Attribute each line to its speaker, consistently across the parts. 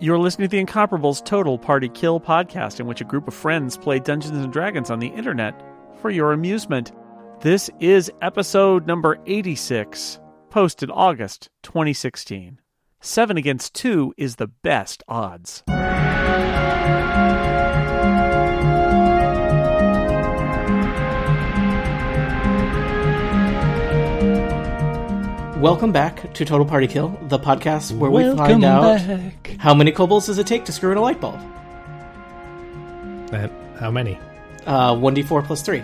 Speaker 1: You're listening to the Incomparables Total Party Kill podcast, in which a group of friends play Dungeons and Dragons on the internet for your amusement. This is episode number 86, posted August 2016. Seven against two is the best odds.
Speaker 2: Welcome back to Total Party Kill, the podcast where we find out
Speaker 3: back.
Speaker 2: how many kobolds does it take to screw in a light bulb.
Speaker 4: Uh, how many?
Speaker 2: Uh, one d four plus three.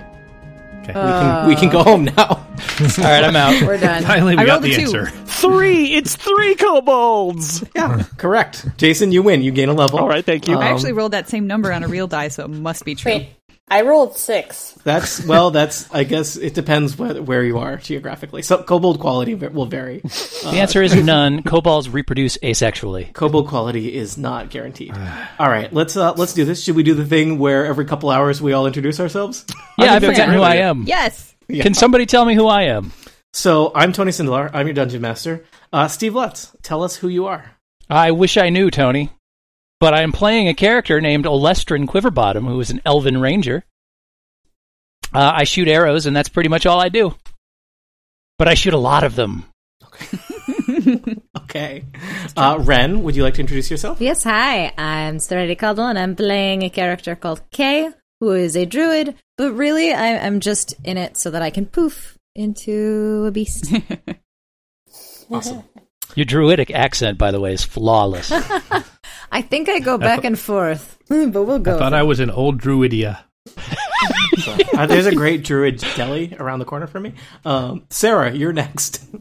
Speaker 4: Okay.
Speaker 3: Uh,
Speaker 2: we can go home now.
Speaker 3: All right, I'm out.
Speaker 5: We're done.
Speaker 4: Finally, we
Speaker 5: I
Speaker 4: got
Speaker 5: rolled a
Speaker 4: the
Speaker 5: two.
Speaker 4: answer.
Speaker 1: Three! It's three kobolds!
Speaker 2: yeah, correct. Jason, you win. You gain a level.
Speaker 1: All right, thank you.
Speaker 2: Um,
Speaker 5: I actually rolled that same number on a real die, so it must be true.
Speaker 6: Wait, I rolled six.
Speaker 2: That's well. That's I guess it depends where, where you are geographically. So kobold quality v- will vary.
Speaker 3: The answer is none. Kobolds reproduce asexually.
Speaker 2: Kobold quality is not guaranteed. all right, let's uh, let's do this. Should we do the thing where every couple hours we all introduce ourselves?
Speaker 3: Yeah, I've
Speaker 4: that's
Speaker 3: forgotten who I
Speaker 4: really-
Speaker 3: am.
Speaker 5: Yes.
Speaker 3: Can somebody tell me who I am?
Speaker 2: So I'm Tony Sindelar. I'm your dungeon master. Uh, Steve Lutz, tell us who you are.
Speaker 3: I wish I knew, Tony. But I am playing a character named Olestrin Quiverbottom, who is an elven ranger. Uh, I shoot arrows, and that's pretty much all I do. But I shoot a lot of them.
Speaker 2: Okay, uh, Ren, would you like to introduce yourself?
Speaker 7: Yes, hi. I'm Serenity Caldwell, and I'm playing a character called Kay, who is a druid. But really, I, I'm just in it so that I can poof into a beast.
Speaker 2: Awesome.
Speaker 3: Your druidic accent, by the way, is flawless.
Speaker 7: I think I go back and forth, but we'll go.
Speaker 4: I thought I was an old druidia.
Speaker 2: Uh, there's a great druid deli around the corner from me. Um, Sarah, you're next.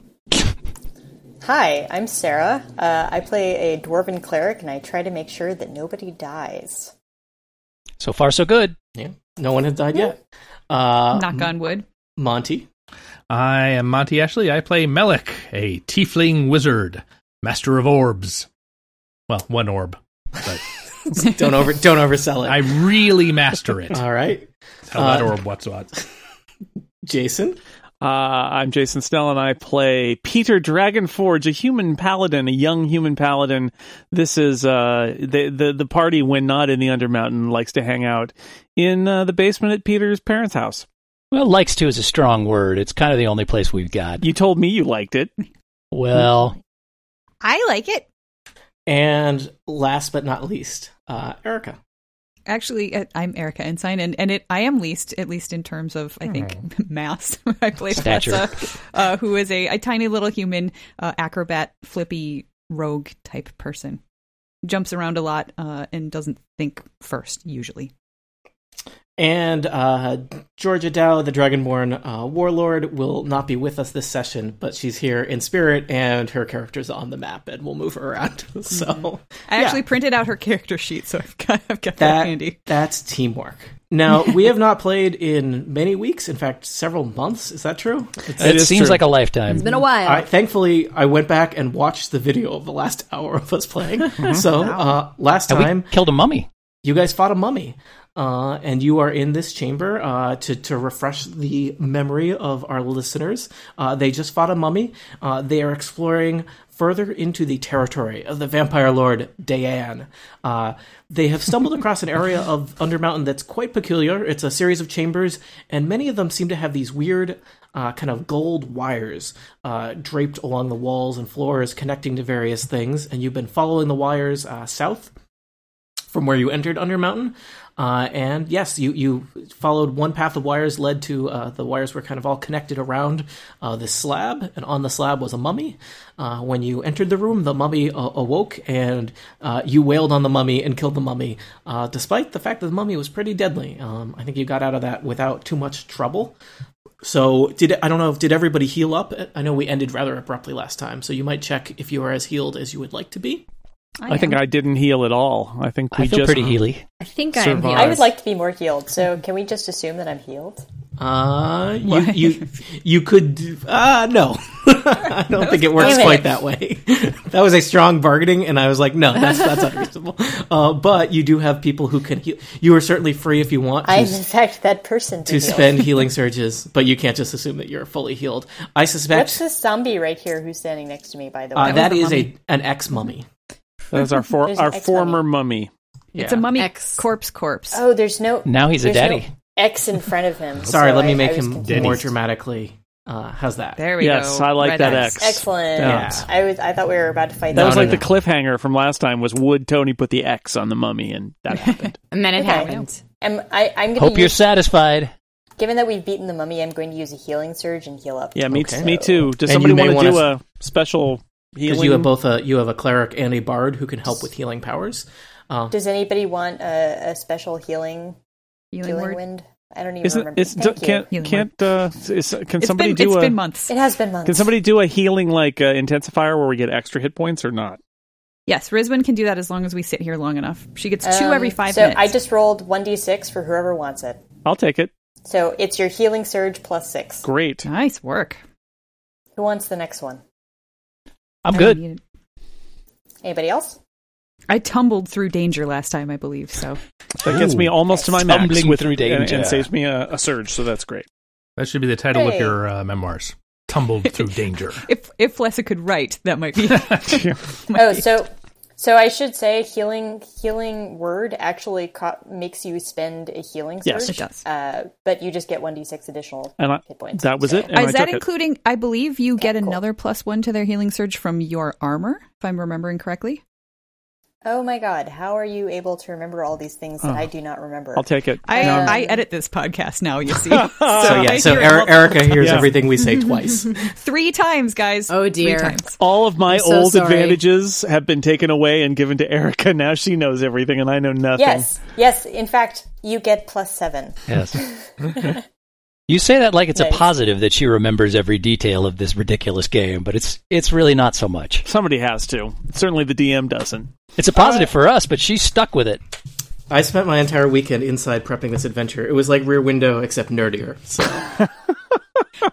Speaker 6: Hi, I'm Sarah. Uh, I play a dwarven cleric, and I try to make sure that nobody dies.
Speaker 3: so far, so good.
Speaker 2: Yeah, no one has died yet. Uh,
Speaker 5: Knock on wood.
Speaker 2: Monty,
Speaker 4: I am Monty Ashley. I play Melek, a tiefling wizard, master of orbs. Well, one orb. But
Speaker 2: don't over don't oversell it.
Speaker 4: I really master it.
Speaker 3: Uh,
Speaker 2: All right,
Speaker 4: Tell that
Speaker 2: uh,
Speaker 4: orb what's what.
Speaker 2: Jason.
Speaker 1: Uh, I'm Jason Snell, and I play Peter Dragonforge, a human paladin, a young human paladin. This is uh, the, the the party when not in the Undermountain likes to hang out in uh, the basement at Peter's parents' house.
Speaker 3: Well, likes to is a strong word. It's kind of the only place we've got.
Speaker 1: You told me you liked it.
Speaker 3: Well,
Speaker 5: I like it.
Speaker 2: And last but not least, uh, Erica.
Speaker 5: Actually, uh, I'm Erica Ensign, and, and it I am least, at least in terms of, I think, mass. I play
Speaker 3: Stature.
Speaker 5: Flessa, uh, who is a, a tiny little human uh, acrobat, flippy, rogue type person. Jumps around a lot uh, and doesn't think first, usually.
Speaker 2: And uh, Georgia Dow, the Dragonborn uh, warlord, will not be with us this session, but she's here in spirit, and her character's on the map, and we'll move her around. so
Speaker 5: Mm-hmm. I
Speaker 2: yeah.
Speaker 5: actually printed out her character sheet, so I've got, I've got that
Speaker 2: that
Speaker 5: handy.
Speaker 2: that's teamwork. Now we have not played in many weeks. In fact, several months. Is that true? It's-
Speaker 3: it
Speaker 1: is
Speaker 3: seems
Speaker 1: true.
Speaker 3: like a
Speaker 7: It's
Speaker 3: lifetime.
Speaker 7: been a while.
Speaker 2: I, thankfully, I went back and watched the video of the last hour of us playing. so uh, last
Speaker 3: And
Speaker 2: time
Speaker 3: we killed a mummy.
Speaker 2: you guys fought a mummy, uh, and you are in this chamber uh, to to refresh the memory of our listeners. Uh, they just fought a mummy. Uh, they are exploring further into the territory of the vampire lord Dayan. Uh, they have stumbled across an area of Undermountain that's quite peculiar. It's a series of chambers, and many of them seem to have these weird. Uh, kind of gold wires uh, draped along the walls and floors connecting to various things, and you've been following the wires uh, south from where you entered Undermountain. Uh, and yes, you, you followed one path of wires led to uh, the wires were kind of all connected around uh, this slab, and on the slab was a mummy. Uh, when you entered the room, the mummy uh, awoke, and uh, you wailed on the mummy and killed the mummy, uh, despite the fact that the mummy was pretty deadly. Um, I think you got out of that without too much trouble. So did I don't know if did everybody heal up? I know we ended rather abruptly last time, so you might check if you are as healed as you would like to be.
Speaker 1: I, think I didn't heal at all. I think we
Speaker 3: I feel
Speaker 1: just
Speaker 3: pretty healy.
Speaker 7: I think I am.
Speaker 1: Survive.
Speaker 6: I would like to be more healed, so can we just assume that I'm healed?
Speaker 2: Uh, you, you you could do- ah uh, no. I don't think it works
Speaker 6: Damn it.
Speaker 2: quite that way. that was a strong bargaining, and I was like, no, that's that's unreasonable. Uh, but you do have people who can heal. You are certainly free if you want to,
Speaker 6: I'm in fact that person to,
Speaker 2: to
Speaker 6: heal.
Speaker 2: spend healing surges, but you can't just assume that you're fully healed. I
Speaker 6: What's
Speaker 2: suspect
Speaker 6: this zombie right here who's standing next to me? By the way,
Speaker 2: uh, that
Speaker 5: the
Speaker 2: is a
Speaker 5: mummy?
Speaker 2: an ex mummy.
Speaker 1: That is our for,
Speaker 6: There's an
Speaker 1: our
Speaker 6: X-mummy.
Speaker 1: former mummy.
Speaker 5: It's a mummy
Speaker 7: X.
Speaker 5: corpse corpse.
Speaker 6: Oh, there's no.
Speaker 3: Now he's a
Speaker 6: there's no
Speaker 3: daddy.
Speaker 6: X in front of him.
Speaker 2: Sorry,
Speaker 6: so
Speaker 2: let
Speaker 6: I-
Speaker 2: me
Speaker 6: I
Speaker 2: make
Speaker 6: was
Speaker 2: him
Speaker 6: confused.
Speaker 2: more dramatically. Uh, how's that?
Speaker 5: There we go.
Speaker 1: Yes, I like
Speaker 5: Red
Speaker 1: that X.
Speaker 6: Excellent.
Speaker 1: Yeah.
Speaker 6: I was. I thought we were about to fight.
Speaker 1: That
Speaker 2: No,
Speaker 1: was
Speaker 2: no,
Speaker 1: like
Speaker 2: no.
Speaker 1: the cliffhanger from last time was would Tony put the X on the mummy and that happened.
Speaker 8: And then it
Speaker 6: Okay.
Speaker 8: happened.
Speaker 6: I'm, I, I'm gonna
Speaker 3: Hope you're
Speaker 6: use,
Speaker 3: satisfied.
Speaker 6: Given that we've beaten the mummy, I'm going to use a healing surge and heal up.
Speaker 1: Yeah, me,
Speaker 2: Okay.
Speaker 1: me too. Does
Speaker 2: And
Speaker 1: somebody
Speaker 2: you may
Speaker 1: want to do
Speaker 2: wanna-
Speaker 1: a special
Speaker 2: Because
Speaker 1: healing?
Speaker 2: you have both a you have a cleric and a bard who can help with healing powers. Uh,
Speaker 6: Does anybody want a, a special healing
Speaker 5: Healing
Speaker 6: healing
Speaker 5: word.
Speaker 6: wind? I don't even
Speaker 1: Isn't
Speaker 6: remember.
Speaker 1: it's
Speaker 6: Thank you.
Speaker 1: can't
Speaker 5: Healing
Speaker 1: can't uh, is, can
Speaker 5: It's
Speaker 1: somebody
Speaker 5: been,
Speaker 1: do
Speaker 5: it's
Speaker 1: a
Speaker 5: been months.
Speaker 6: It has been months.
Speaker 1: can somebody do a healing like uh, intensifier where we get extra hit points or not?
Speaker 5: Yes, Rizwan can do that as long as we sit here long enough. She gets two
Speaker 6: Um,
Speaker 5: every five
Speaker 6: So
Speaker 5: minutes.
Speaker 6: I just rolled one d six for whoever wants it.
Speaker 1: I'll take it.
Speaker 6: So it's your healing surge plus six.
Speaker 1: Great.
Speaker 5: nice work.
Speaker 6: Who wants the next one?
Speaker 3: I'm
Speaker 5: I
Speaker 3: good.
Speaker 5: needed-
Speaker 6: Anybody else?
Speaker 5: I tumbled through danger last time, I believe. So
Speaker 1: That gets
Speaker 4: Ooh.
Speaker 1: me almost to my max
Speaker 3: Stumbling
Speaker 1: with
Speaker 3: through
Speaker 1: and- and,
Speaker 3: danger.
Speaker 1: saves me a, a surge. So that's great.
Speaker 4: That should be the title
Speaker 6: Hey.
Speaker 4: of your uh, memoirs. Tumbled through danger.
Speaker 5: if if Lessa could write, that might be.
Speaker 6: Oh, so so I should say healing healing word actually co- makes you spend a healing surge.
Speaker 1: Yes.
Speaker 5: It does.
Speaker 6: Uh, but you just get one d six additional
Speaker 1: And I,
Speaker 6: hit points.
Speaker 1: that was
Speaker 6: So-
Speaker 1: it. And I
Speaker 5: Is that
Speaker 1: took it.
Speaker 5: including? I believe you get
Speaker 6: cool.
Speaker 5: another plus one to their healing surge from your armor, if I'm remembering correctly.
Speaker 6: Oh my god, how are you able to remember all these things that I do not remember?
Speaker 1: I'll take it.
Speaker 5: I
Speaker 6: Um,
Speaker 1: No,
Speaker 5: I edit this podcast now. You see,
Speaker 2: so yeah, so Eri- Erica hears
Speaker 1: Yeah.
Speaker 2: everything we say twice.
Speaker 5: three times, guys.
Speaker 8: Oh, dear.
Speaker 5: Three times.
Speaker 1: all of my
Speaker 8: I'm so
Speaker 1: old
Speaker 8: sorry.
Speaker 1: advantages have been taken away and given to Erica. Now she knows everything, and I know nothing.
Speaker 6: yes, yes. In fact, you get plus seven.
Speaker 3: Yes. you say that like it's a
Speaker 6: Nice.
Speaker 3: positive that she remembers every detail of this ridiculous game, but it's it's really not so much.
Speaker 1: Somebody has to. Certainly, the DM doesn't.
Speaker 3: It's a positive for us, but she's stuck with it.
Speaker 2: I spent my entire weekend inside prepping this adventure. It was like Rear Window except nerdier. So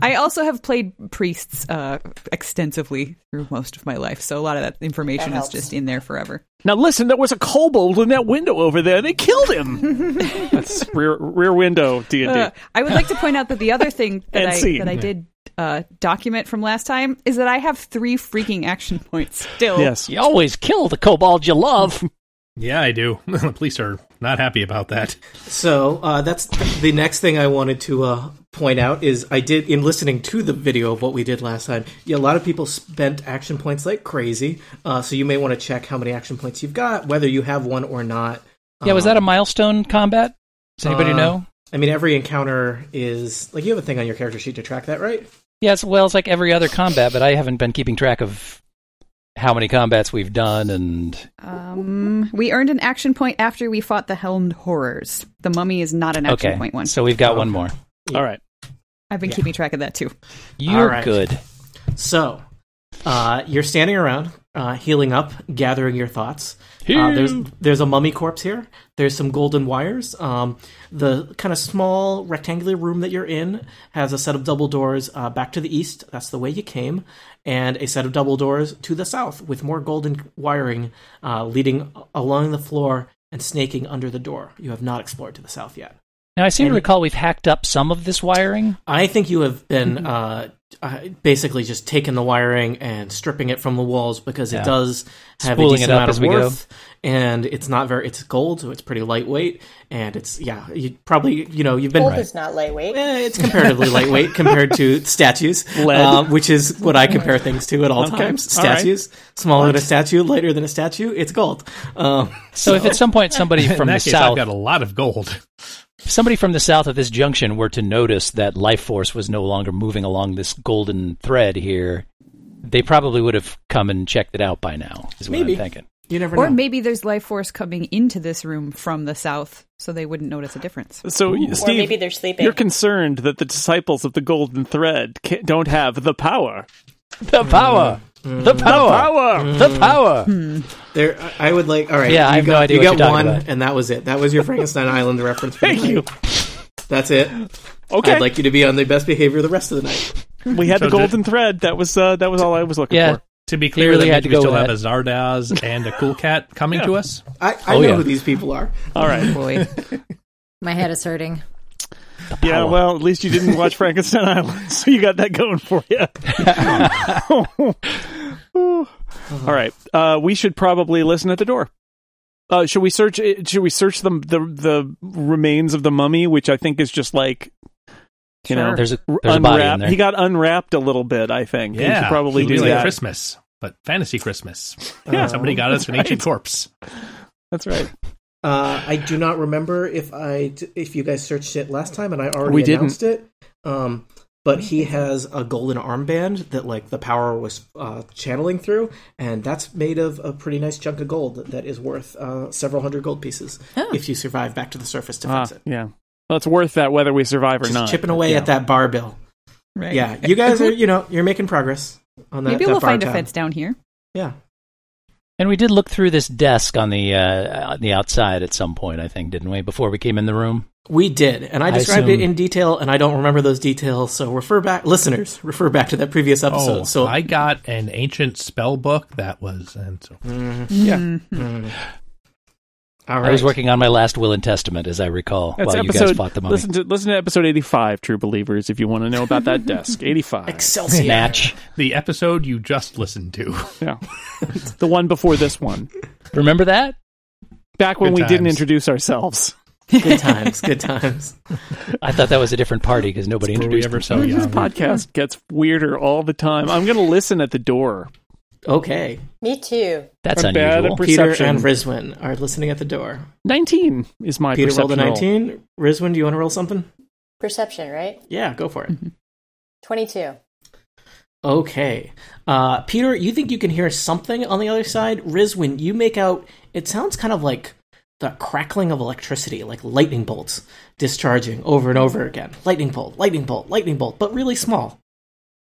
Speaker 5: I also have played priests uh, extensively through most of my life, so a lot of that information
Speaker 6: That
Speaker 5: is
Speaker 6: helps.
Speaker 5: just in there forever.
Speaker 1: Now listen, there was a kobold in that window over there. They killed him. That's rear rear window D and
Speaker 5: Uh,
Speaker 1: D.
Speaker 5: I would like to point out that the other thing that
Speaker 1: And
Speaker 5: I
Speaker 1: scene.
Speaker 5: that I did uh, document from last time is that I have three freaking action points still.
Speaker 1: Yes.
Speaker 3: You always kill the kobold you love.
Speaker 4: Yeah, I do. the police are not happy about that.
Speaker 2: So uh, that's the next thing I wanted to uh, point out is I did in listening to the video of what we did last time. Yeah, a lot of people spent action points like crazy. Uh, so you may want to check how many action points you've got, whether you have one or not.
Speaker 3: Yeah, was
Speaker 2: Um,
Speaker 3: that a milestone combat? Does anybody
Speaker 2: uh,
Speaker 3: know?
Speaker 2: I mean, every encounter is like you have a thing on your character sheet to track that, right?
Speaker 3: Yeah, it's, well, it's like every other combat, but I haven't been keeping track of how many combats we've done and
Speaker 5: Um, we earned an action point after we fought the Helmed Horrors. The Mummy is not an action
Speaker 3: okay.
Speaker 5: point one.
Speaker 3: So we've got one more.
Speaker 4: Oh.
Speaker 1: All right.
Speaker 5: I've been
Speaker 2: Yeah.
Speaker 5: keeping track of that too.
Speaker 3: You're
Speaker 2: right.
Speaker 3: good.
Speaker 2: So, uh, you're standing around, uh, healing up, gathering your thoughts. Uh, there's there's a mummy corpse here. There's some golden wires. Um, the kind of small rectangular room that you're in has a set of double doors uh, back to the east. That's the way you came, and a set of double doors to the south with more golden wiring uh, leading along the floor and snaking under the door. You have not explored to the south yet.
Speaker 3: Now I seem to
Speaker 2: Any-
Speaker 3: recall we've hacked up some of this wiring.
Speaker 2: I think you have
Speaker 3: Mm-hmm.
Speaker 2: been uh, uh, basically just taking the wiring and stripping it from the walls because
Speaker 3: Yeah.
Speaker 2: it does have
Speaker 3: Spooling
Speaker 2: a
Speaker 3: it
Speaker 2: decent
Speaker 3: up
Speaker 2: amount
Speaker 3: as
Speaker 2: of
Speaker 3: we go.
Speaker 2: worth, and it's not very. It's gold, so it's pretty lightweight, and it's yeah. You probably you know you've been.
Speaker 6: Gold is not lightweight.
Speaker 2: Eh, it's comparatively lightweight compared to statues,
Speaker 1: Lead.
Speaker 2: uh, which is what I compare things to at all times.
Speaker 1: all right.
Speaker 2: Statues smaller than a statue, lighter than a statue. It's gold. Um,
Speaker 3: So if at some point somebody
Speaker 4: In
Speaker 3: from the
Speaker 4: that case,
Speaker 3: south,
Speaker 4: I've got a lot of gold.
Speaker 3: if somebody from the south of this junction were to notice that life force was no longer moving along this golden thread here, they probably would have come and checked it out by now. Is what
Speaker 2: Maybe.
Speaker 3: I'm thinking.
Speaker 2: you never
Speaker 5: Or
Speaker 2: know.
Speaker 5: maybe there's life force coming into this room from the south, so they wouldn't notice a difference.
Speaker 1: So Steve,
Speaker 6: or maybe they're sleeping.
Speaker 1: you're concerned that the disciples of the Golden Thread ca don't have the power.
Speaker 3: The power,
Speaker 4: Mm-hmm.
Speaker 3: the power,
Speaker 1: Power.
Speaker 3: the power.
Speaker 2: There, I- I would like. All right.
Speaker 3: Yeah,
Speaker 2: you
Speaker 3: I have no
Speaker 2: got,
Speaker 3: idea
Speaker 2: You got
Speaker 3: what you're
Speaker 2: one,
Speaker 3: talking about.
Speaker 2: and that was it. That was your Frankenstein Island reference. For
Speaker 1: Thank
Speaker 2: the night.
Speaker 1: you.
Speaker 2: That's it.
Speaker 1: Okay.
Speaker 2: I'd like you to be on the best behavior the rest of the night.
Speaker 1: we had the
Speaker 4: So did-
Speaker 1: Golden Thread. That was uh, that was all I was looking
Speaker 3: Yeah,
Speaker 1: for.
Speaker 4: To be clear,
Speaker 3: really
Speaker 4: that
Speaker 3: had
Speaker 4: means
Speaker 3: to go
Speaker 4: we still
Speaker 3: with
Speaker 4: have a Zardaz and a Cool Cat coming to us.
Speaker 2: I, I
Speaker 3: Oh,
Speaker 2: know
Speaker 3: yeah.
Speaker 2: who these people are.
Speaker 1: All right.
Speaker 5: Boy,
Speaker 7: My head is hurting.
Speaker 1: Yeah. Well, at least you didn't watch Frankenstein Island, so you got that going for you. All right. Uh, we should probably listen at the door. Uh, should we search? Should we search the, the the remains of the mummy, which I think is just like you know
Speaker 3: There's a
Speaker 1: r-
Speaker 3: there's a body in
Speaker 1: unwrapped.
Speaker 3: there.
Speaker 1: He got unwrapped a little bit. I think. We
Speaker 4: Yeah,
Speaker 1: should probably
Speaker 4: it'll be
Speaker 1: do
Speaker 4: like
Speaker 1: that.
Speaker 4: Christmas, but fantasy Christmas.
Speaker 1: Yeah.
Speaker 3: Uh,
Speaker 4: Somebody got us an ancient
Speaker 1: Right.
Speaker 4: corpse.
Speaker 1: That's right.
Speaker 2: Uh, I do not remember if I d- if you guys searched it last time, and I already
Speaker 1: We didn't.
Speaker 2: announced it. Um, but he has a golden armband that like the power was uh, channeling through, and that's made of a pretty nice chunk of gold that is worth uh, several hundred gold pieces
Speaker 7: Oh.
Speaker 2: if you survive back to the surface to
Speaker 1: Ah,
Speaker 2: fix it.
Speaker 1: yeah. Well, it's worth that whether we survive or
Speaker 2: Just
Speaker 1: not.
Speaker 2: chipping away
Speaker 1: Yeah.
Speaker 2: at that bar bill.
Speaker 5: Right.
Speaker 2: Yeah, you guys are
Speaker 5: If we-
Speaker 2: you know you're making progress on that.
Speaker 5: Maybe
Speaker 2: that
Speaker 5: we'll
Speaker 2: bar
Speaker 5: find a
Speaker 2: tab.
Speaker 5: fence down here.
Speaker 2: Yeah.
Speaker 3: And we did look through this desk on the uh, on the outside at some point, I think, didn't we? Before we came in the room.
Speaker 2: We did, and I
Speaker 3: I
Speaker 2: described it
Speaker 3: assume-
Speaker 2: in detail, and I don't remember those details. So refer back, listeners, refer back to that previous episode.
Speaker 4: oh,
Speaker 2: so
Speaker 4: I got an ancient spell book that was, and so
Speaker 1: Mm-hmm.
Speaker 5: Mm-hmm.
Speaker 2: all
Speaker 3: I was working on my last will and testament, as I recall,
Speaker 1: That's
Speaker 3: while
Speaker 1: episode.
Speaker 3: you guys fought the mummy.
Speaker 1: Listen to listen to episode eighty five, True Believers, if you want to know about that desk. Eighty five.
Speaker 2: Excelsior.
Speaker 3: Snatch.
Speaker 4: the episode you just listened to.
Speaker 1: Yeah. the one before this one.
Speaker 3: Remember that?
Speaker 1: Back when
Speaker 4: Good
Speaker 1: we didn't
Speaker 4: times.
Speaker 1: introduce ourselves.
Speaker 2: Good times. Good times.
Speaker 3: I thought that was a different party because nobody
Speaker 4: Were we
Speaker 3: introduced
Speaker 4: ever
Speaker 3: themselves.
Speaker 4: so
Speaker 1: This
Speaker 4: young?
Speaker 1: podcast gets weirder all the time. I'm going to listen at the door.
Speaker 2: Okay.
Speaker 6: Me too.
Speaker 3: That's
Speaker 1: I'm bad at
Speaker 3: unusual.
Speaker 1: perception.
Speaker 2: Peter and Rizwin are listening at the door.
Speaker 1: 19 is my
Speaker 2: Peter rolled a
Speaker 1: perception roll.
Speaker 2: 19. Rizwin, do you want to roll something?
Speaker 6: Perception, right?
Speaker 2: Yeah, go for it.
Speaker 6: 22.
Speaker 2: Okay. Uh, Peter, you think you can hear something on the other side? Rizwin, you make out it sounds kind of like the crackling of electricity, like lightning bolts discharging over and over again. Lightning bolt, lightning bolt, lightning bolt, but really small.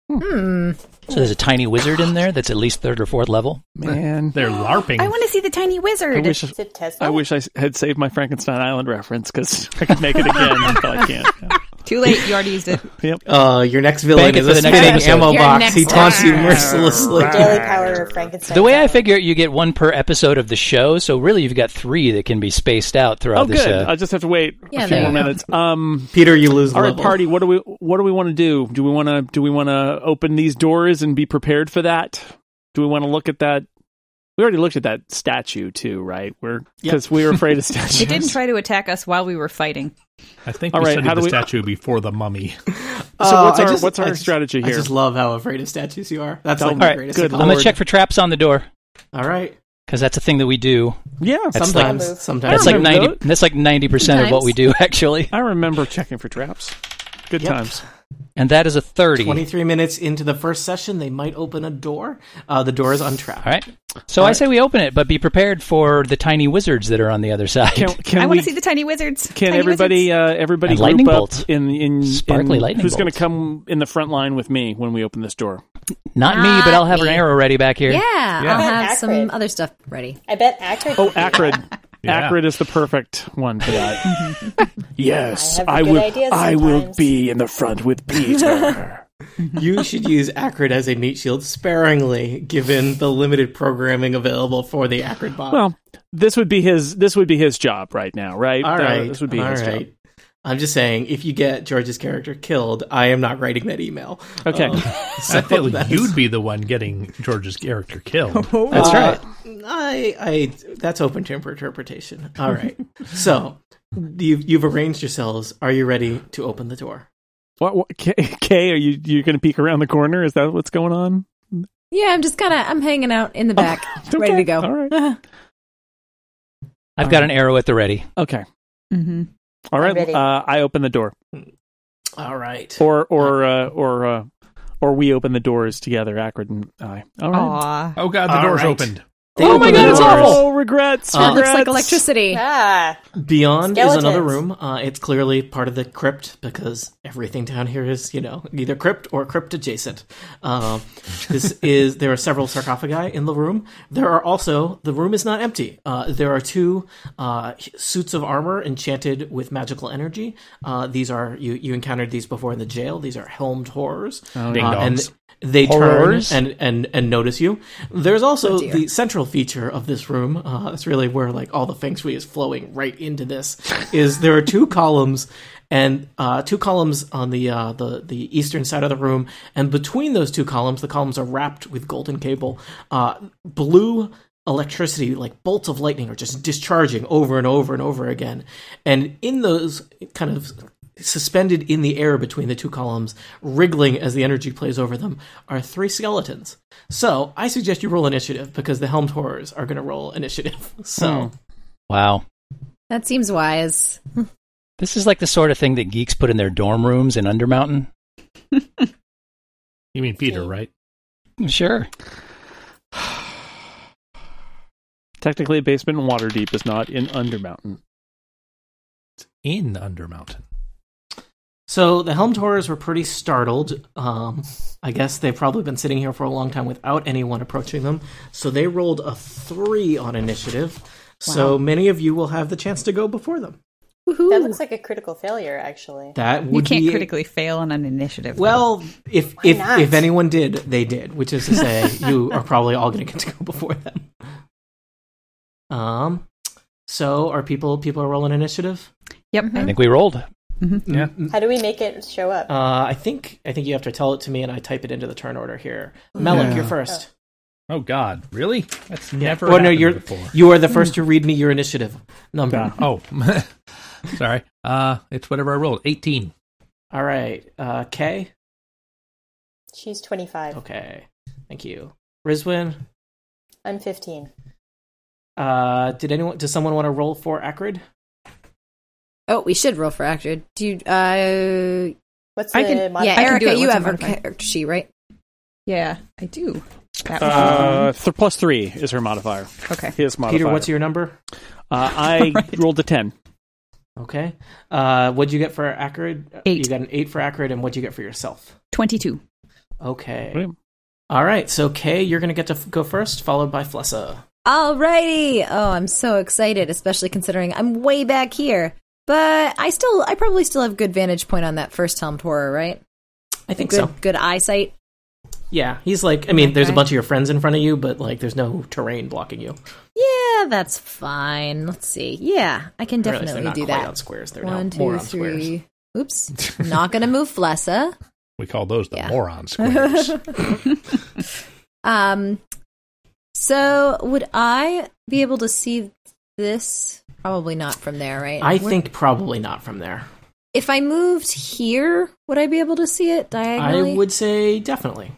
Speaker 3: So there's a tiny wizard in there that's at least third or fourth level.
Speaker 1: Man.
Speaker 4: They're larping.
Speaker 5: I want to see the tiny
Speaker 1: I
Speaker 5: wizard.
Speaker 1: wish
Speaker 6: Is it Tesla?
Speaker 1: I wish I s- had saved my Frankenstein Island reference because I could make it again, but I can't. Yeah.
Speaker 5: Too late. You already used it.
Speaker 2: Uh, your next villain
Speaker 3: Bank it
Speaker 2: is
Speaker 3: for
Speaker 2: a
Speaker 3: the next
Speaker 2: spinning
Speaker 3: episode.
Speaker 2: ammo
Speaker 7: Your
Speaker 2: box.
Speaker 7: next
Speaker 2: He taunts you
Speaker 7: one.
Speaker 2: mercilessly.
Speaker 6: Daily power of Frankenstein.
Speaker 3: The way I
Speaker 6: Island.
Speaker 3: figure it, you get one per episode of the show, so really you've got three that can be spaced out throughout
Speaker 1: Oh,
Speaker 3: this.
Speaker 1: good.
Speaker 3: Uh,
Speaker 1: I'll just have to wait
Speaker 7: Yeah,
Speaker 1: a few
Speaker 7: there
Speaker 1: more
Speaker 7: you go.
Speaker 1: minutes. Um,
Speaker 2: Peter, you lose the
Speaker 1: all right,
Speaker 2: level.
Speaker 1: party. What do we What do we want to do? Do we want to Do we want to open these doors and be prepared for that? Do we want to look at that? We already looked at that statue too, right? We're because we were afraid of statues.
Speaker 5: It didn't try to attack us while we were fighting.
Speaker 4: I think
Speaker 1: All
Speaker 4: we
Speaker 1: right,
Speaker 4: studied
Speaker 1: how do
Speaker 4: the
Speaker 1: we-
Speaker 4: statue before the mummy.
Speaker 1: So what's
Speaker 2: Uh, I
Speaker 1: our- what's our
Speaker 2: I just-
Speaker 1: strategy
Speaker 2: I
Speaker 1: here?
Speaker 2: just love how afraid of statues you are. That's like
Speaker 1: All
Speaker 2: the
Speaker 1: right,
Speaker 2: greatest.
Speaker 1: good
Speaker 3: I'm
Speaker 2: thing.
Speaker 3: gonna
Speaker 1: Lord.
Speaker 3: check for traps on the door
Speaker 2: All right.
Speaker 3: because that's a thing that we do.
Speaker 1: Yeah,
Speaker 3: That's like-
Speaker 2: sometimes,
Speaker 6: I
Speaker 2: sometimes.
Speaker 3: That's like
Speaker 1: remember
Speaker 3: ninety.
Speaker 1: that.
Speaker 3: That's like ninety percent of what
Speaker 7: Sometimes.
Speaker 3: we do actually,
Speaker 1: I remember checking for traps. Good
Speaker 2: Yep.
Speaker 1: times.
Speaker 3: and that is a thirty.
Speaker 2: 23 minutes into the first session, they might open a door. Uh, the door is untrapped.
Speaker 3: All right. So
Speaker 1: All
Speaker 3: I
Speaker 1: right.
Speaker 3: say we open it, but be prepared for the tiny wizards that are on the other side.
Speaker 1: Can,
Speaker 5: I
Speaker 1: can
Speaker 5: want
Speaker 1: we?
Speaker 5: to see the tiny wizards.
Speaker 1: Can
Speaker 5: Tiny
Speaker 1: everybody?
Speaker 5: wizards.
Speaker 1: Uh, everybody
Speaker 3: And
Speaker 1: group
Speaker 3: lightning
Speaker 1: up
Speaker 3: bolts.
Speaker 1: in in
Speaker 3: Sparkly
Speaker 1: in-
Speaker 3: lightning
Speaker 1: Who's going to
Speaker 3: bolts.
Speaker 1: come in the front line with me when we open this door?
Speaker 3: Not me, but I'll have an arrow ready back here.
Speaker 7: Yeah, I'll
Speaker 6: Yeah.
Speaker 7: have some
Speaker 6: Accurate.
Speaker 7: other stuff ready.
Speaker 6: I bet Akron.
Speaker 1: Oh, Acrid.
Speaker 4: Yeah.
Speaker 1: Acrid is the perfect one for that. yes,
Speaker 6: I have good ideas sometimes.
Speaker 1: be in the front with Peter.
Speaker 2: You should use Acrid as a meat shield sparingly, given the limited programming available for the Acrid bot.
Speaker 1: well, this would be his. This would be his job right now, right?
Speaker 2: all
Speaker 1: Uh,
Speaker 2: right.
Speaker 1: this would be
Speaker 2: all
Speaker 1: his
Speaker 2: right. I'm just saying, if you get George's character killed, I am not writing that email.
Speaker 1: job. Okay.
Speaker 4: I feel you'd be the one getting George's character killed.
Speaker 2: Oh,
Speaker 3: That's right.
Speaker 2: Uh, I, I, that's open to interpretation. All right. so you've, you've arranged yourselves. Are you ready to open the door?
Speaker 1: what, what, Kay, Kay, are you you going to peek around the corner? Is that what's going on?
Speaker 7: Yeah, I'm just kind of I'm hanging out in the back, ready
Speaker 1: Okay,
Speaker 7: to go.
Speaker 1: All right.
Speaker 3: I've got an arrow at the ready.
Speaker 1: Okay.
Speaker 5: Mhm.
Speaker 1: All right.
Speaker 6: ready.
Speaker 1: Uh, I open the door,
Speaker 2: All right.
Speaker 3: Oh
Speaker 1: or or uh, or uh, or we open the doors together, Acrid and I. All right.
Speaker 5: Aw.
Speaker 4: Oh god, the
Speaker 2: All
Speaker 4: door's
Speaker 2: right.
Speaker 4: opened.
Speaker 2: They
Speaker 3: Oh my
Speaker 2: open
Speaker 3: God,
Speaker 2: the
Speaker 3: it's
Speaker 2: doors.
Speaker 3: awful.
Speaker 1: Oh, regrets.
Speaker 2: Uh,
Speaker 7: It looks like
Speaker 1: regrets.
Speaker 7: electricity.
Speaker 6: Ah,
Speaker 2: Beyond
Speaker 6: Skeletons.
Speaker 2: is another room. Uh, it's clearly part of the crypt because everything down here is, you know, either crypt or crypt adjacent. Um, this is there are several sarcophagi in the room. There are also the room is not empty. Uh, there are two uh, suits of armor enchanted with magical energy. Uh, these are you you encountered these before in the jail. These are helmed horrors.
Speaker 4: Oh, Ding
Speaker 2: Uh, and
Speaker 4: dongs.
Speaker 2: they
Speaker 3: Horrors.
Speaker 2: turn and, and, and notice you. There's also
Speaker 7: Oh, dear.
Speaker 2: the central feature of this room. Uh, that's really where like all the feng shui is flowing right into this. Is there are two columns and uh, two columns on the uh, the the eastern side of the room, and between those two columns, the columns are wrapped with golden cable. Uh, blue electricity, like bolts of lightning, are just discharging over and over and over again. And in those kind of suspended in the air between the two columns, wriggling as the energy plays over them, are three skeletons. So I suggest you roll initiative because the Helmed Horrors are going to roll initiative.
Speaker 5: Hmm.
Speaker 2: So
Speaker 3: Wow.
Speaker 7: That seems wise.
Speaker 3: This is like the sort of thing that geeks put in their dorm rooms in Undermountain.
Speaker 4: You mean Peter, right?
Speaker 3: Sure.
Speaker 1: Technically, a basement in Waterdeep is not in Undermountain.
Speaker 4: In Undermountain.
Speaker 2: so the Helmed Horrors were pretty startled. Um, I guess they've probably been sitting here for a long time without anyone approaching them. So they rolled a three on initiative. So many of you will have the chance to go before them.
Speaker 7: Woohoo.
Speaker 6: That looks like a critical failure, actually.
Speaker 2: That
Speaker 5: You
Speaker 2: would
Speaker 5: can't
Speaker 2: be
Speaker 5: critically fail on an initiative. though.
Speaker 2: Well, if if,
Speaker 6: not?
Speaker 2: if anyone did, they did, which is to say, you are probably all going to get to go before them. Um, so are people people are rolling initiative?
Speaker 5: yep.
Speaker 3: I think we rolled.
Speaker 4: Yeah.
Speaker 6: How do we make it show up?
Speaker 2: Uh, I think I think you have to tell it to me, and I type it into the turn order here. Melek,
Speaker 4: Yeah.
Speaker 2: you're first.
Speaker 4: Oh God, really? That's never.
Speaker 2: Or no,
Speaker 4: happened
Speaker 2: you're
Speaker 4: before.
Speaker 2: you are the first to read me your initiative number.
Speaker 4: Oh, sorry. Uh, it's whatever I rolled. Eighteen.
Speaker 2: All right, uh, Kay.
Speaker 6: She's 25.
Speaker 2: Okay, thank you, Rizwin.
Speaker 6: I'm 15.
Speaker 2: Uh, did anyone? Does someone want to roll for Acrid?
Speaker 7: Oh, we should roll for actor. Do you, uh,
Speaker 6: What's the
Speaker 5: I can-
Speaker 6: mod-
Speaker 7: yeah,
Speaker 5: I can do
Speaker 7: Erica,
Speaker 5: it
Speaker 7: you
Speaker 5: with
Speaker 7: have
Speaker 5: a
Speaker 7: her
Speaker 5: modifier.
Speaker 7: character sheet, right?
Speaker 5: Yeah, I do. That was
Speaker 1: Uh, th- plus three is her modifier.
Speaker 5: okay.
Speaker 1: His modifier.
Speaker 2: Uh-huh. Peter, what's your number?
Speaker 1: Uh, I
Speaker 5: Right.
Speaker 1: rolled a ten.
Speaker 2: Okay. Uh, what'd you get for Acrid? Uh,
Speaker 5: Eight.
Speaker 2: You got an eight for Acrid, and what'd you get for yourself?
Speaker 5: Twenty-two.
Speaker 2: Okay.
Speaker 1: Right.
Speaker 2: All right. So Kay, you're gonna get to f- go first, followed by Flessa.
Speaker 7: Alrighty. Oh, I'm so excited, especially considering I'm way back here. But I still, I probably still have good vantage point on that first helmed horror, right?
Speaker 2: I think
Speaker 7: Good,
Speaker 2: so.
Speaker 7: good eyesight.
Speaker 2: Yeah. He's like, I mean, there's a
Speaker 7: Okay.
Speaker 2: bunch of your friends in front of you, but like, there's no terrain blocking you.
Speaker 7: Yeah, that's fine. Let's see. Yeah, I can
Speaker 2: Or at least
Speaker 7: definitely do
Speaker 2: they're not quite
Speaker 7: that.
Speaker 2: on squares. They're
Speaker 7: One,
Speaker 2: now
Speaker 7: two,
Speaker 2: more on squares.
Speaker 7: three. Oops. Not going to move Flessa.
Speaker 4: We call those the
Speaker 7: Yeah.
Speaker 4: moron squares.
Speaker 7: Um, so would I be able to see this? Probably not from there, right?
Speaker 2: I
Speaker 7: Where-
Speaker 2: think probably not from there.
Speaker 7: if I moved here, would I be able to see it diagonally?
Speaker 2: I would say definitely.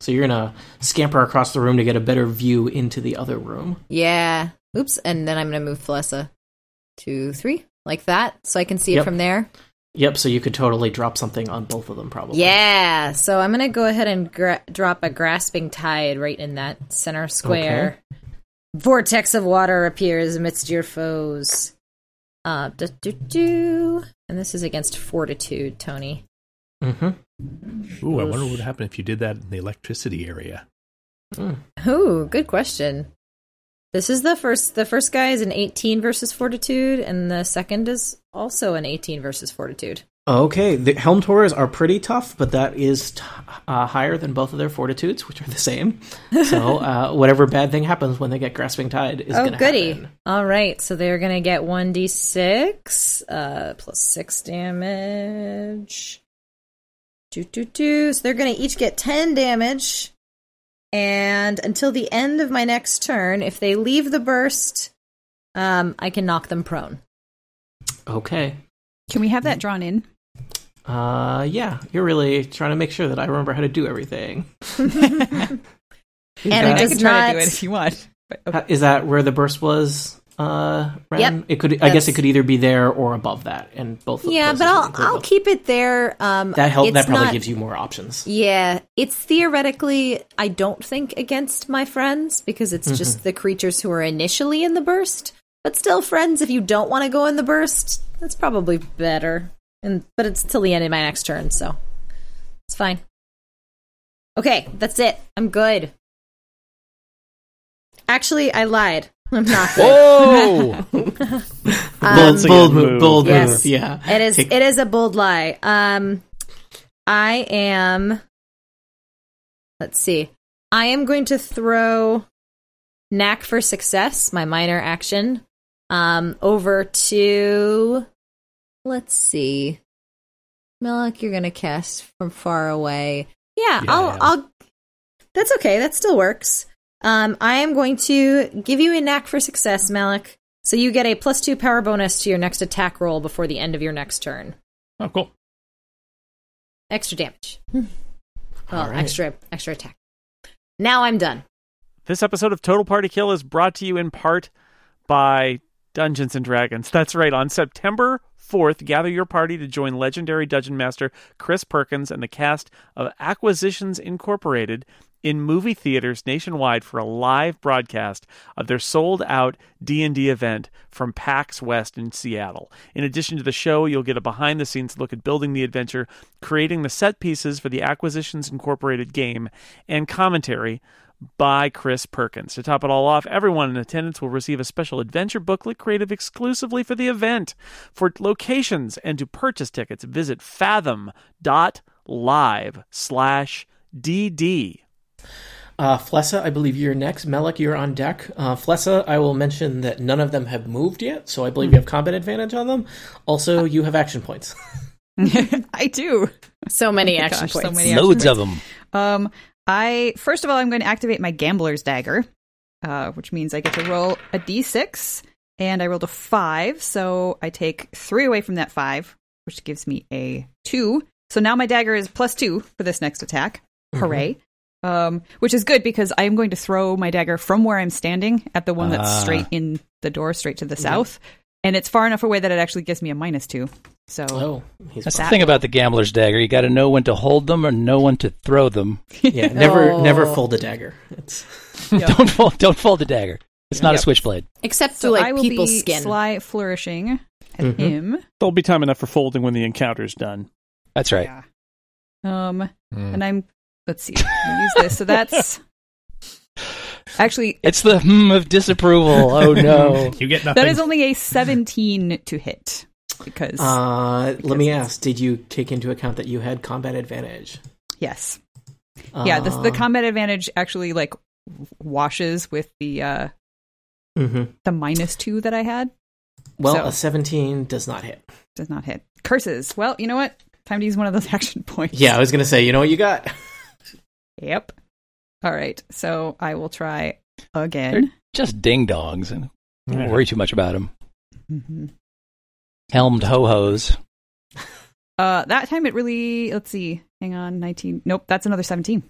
Speaker 2: So you're gonna scamper across the room to get a better view into the other room.
Speaker 7: Yeah. Oops. And then I'm going to move Flessa. Two, three, like that, so I can see
Speaker 2: Yep.
Speaker 7: it from there.
Speaker 2: Yep. So you could totally drop something on both of them, probably.
Speaker 7: Yeah. So I'm going to go ahead and gra- drop a grasping tide right in that center square. Vortex of water appears amidst your foes. Uh, do, do, do. And this is against fortitude, Tony.
Speaker 2: Mm-hmm.
Speaker 4: Ooh, I wonder what would happen if you did that in the electricity area.
Speaker 7: Ooh, good question. This is the first. The first guy is an 18 versus fortitude, and the second is also an 18 versus fortitude.
Speaker 2: Okay, the Helm Torres are pretty tough, but that is t- uh, higher than both of their fortitudes, which are the same. So uh, whatever bad thing happens when they get grasping tide is
Speaker 7: oh,
Speaker 2: going to
Speaker 7: goody!
Speaker 2: happen.
Speaker 7: All right, so they're gonna get 1d6 uh, plus six damage. Do do do. So they're gonna each get 10 damage, and until the end of my next turn, if they leave the burst, um, I can knock them prone.
Speaker 2: Okay,
Speaker 5: Can we have that drawn in?
Speaker 2: uh, yeah, you're really trying to make sure that I remember how to do everything.
Speaker 7: And it
Speaker 5: I
Speaker 7: does
Speaker 5: can try to do
Speaker 7: not-
Speaker 5: it if you want. But okay.
Speaker 2: Is that where the burst was? Uh, Ren?
Speaker 7: Yep.
Speaker 2: It could. I guess it
Speaker 7: That's-
Speaker 2: could either be there or above that, and both. of
Speaker 7: Yeah,
Speaker 2: those
Speaker 7: but
Speaker 2: would
Speaker 7: I'll
Speaker 2: include
Speaker 7: I'll
Speaker 2: them.
Speaker 7: keep it there. Um,
Speaker 2: that help.
Speaker 7: it's
Speaker 2: That probably
Speaker 7: not-
Speaker 2: gives you more options.
Speaker 7: Yeah, it's theoretically I don't think against my friends because it's just the creatures who are initially in the burst. But still, friends, if you don't want to go in the burst, that's probably better. And but it's till the end of my next turn, so it's fine. Okay, that's it. I'm good. Actually, I lied. I'm not good.
Speaker 1: Whoa!
Speaker 7: Um,
Speaker 1: Once again,
Speaker 2: bold move,
Speaker 1: move.
Speaker 2: bold
Speaker 7: Yes.
Speaker 2: move. Yeah,
Speaker 7: It is.
Speaker 2: Take-
Speaker 7: It is a bold lie. Um, I am Let's see. I am going to throw Knack for Success, my minor action, um, over to. Let's see. Melek, you're going to cast from far away. Yeah, I'll,
Speaker 4: Yeah.
Speaker 7: I'll. That's okay. That still works. Um, I am going to give you a knack for success, Malik. So you get a plus two power bonus to your next attack roll before the end of your next turn.
Speaker 4: Oh, cool.
Speaker 7: Extra damage. well,
Speaker 2: All right.
Speaker 7: extra extra attack. Now I'm done.
Speaker 1: This episode of Total Party Kill is brought to you in part by Dungeons and Dragons. That's right, on September 4th, gather your party to join legendary dungeon master Chris Perkins and the cast of Acquisitions Incorporated in movie theaters nationwide for a live broadcast of their sold-out D&D event from PAX West in Seattle. In addition to the show, you'll get a behind-the-scenes look at building the adventure, creating the set pieces for the Acquisitions Incorporated game, and commentary by Chris Perkins. To top it all off, everyone in attendance will receive a special adventure booklet created exclusively for the event. For locations and to purchase tickets, visit fathom.live slash DD.
Speaker 2: Uh, Flessa, I believe you're next. Melek, you're on deck. Uh, Flessa, I will mention that none of them have moved yet, so I believe you have combat advantage on them. Also, you have action points.
Speaker 5: I do.
Speaker 7: So many
Speaker 5: Oh my
Speaker 7: action
Speaker 5: gosh, so
Speaker 7: points.
Speaker 5: many- Yeah,
Speaker 3: Loads
Speaker 5: sure.
Speaker 3: of them.
Speaker 5: Um, I first of all, I'm going to activate my gambler's dagger, uh, which means I get to roll a d6, and I rolled a five, so I take three away from that five, which gives me a two. So now my dagger is plus two for this next attack. Hooray! Um, which is good because I am going to throw my dagger from where I'm standing at the one that's
Speaker 3: Ah.
Speaker 5: straight in the door, straight to the south, and it's far enough away that it actually gives me a minus two. So
Speaker 2: Oh, he's
Speaker 3: That's
Speaker 2: fine.
Speaker 3: the thing about the gambler's dagger. You got to know when to hold them or know when to throw them.
Speaker 2: yeah. Never,
Speaker 7: Oh.
Speaker 2: never fold a dagger. It's
Speaker 3: don't fold, don't fold the dagger. It's not a switchblade.
Speaker 7: Except
Speaker 5: so
Speaker 7: to
Speaker 5: I
Speaker 7: like
Speaker 5: will
Speaker 7: people's
Speaker 5: be
Speaker 7: skin.
Speaker 5: sly flourishing at
Speaker 2: Mhm.
Speaker 5: him.
Speaker 1: There'll be time enough for folding when the encounter's done.
Speaker 3: That's right.
Speaker 5: Yeah. Um,
Speaker 2: Hmm.
Speaker 5: and I'm let's see, I'm gonna use this. So that's actually
Speaker 3: It's the hmm of disapproval. Oh no.
Speaker 4: You get nothing.
Speaker 5: that is only a 17 to hit because
Speaker 2: uh, let me
Speaker 5: it's-
Speaker 2: ask: Did you take into account that you had combat advantage?
Speaker 5: yes, yeah. This,
Speaker 2: uh.
Speaker 5: the combat advantage actually like washes with the uh
Speaker 2: hmm
Speaker 5: the minus two that I had
Speaker 2: Well,
Speaker 5: So-
Speaker 2: a seventeen does not hit.
Speaker 5: does not hit curses. Well, you know what? Time to use one of those action points.
Speaker 2: Yeah, I was gonna say. You know what you got?
Speaker 5: Yep. All right. So I will try
Speaker 3: They're
Speaker 5: again.
Speaker 3: just ding dongs. and Don't
Speaker 4: Yeah.
Speaker 3: worry too much about them.
Speaker 5: hmm
Speaker 3: Helmed ho hos.
Speaker 5: Uh, that time it really. Let's see. Hang on. 19. Nope. That's another 17.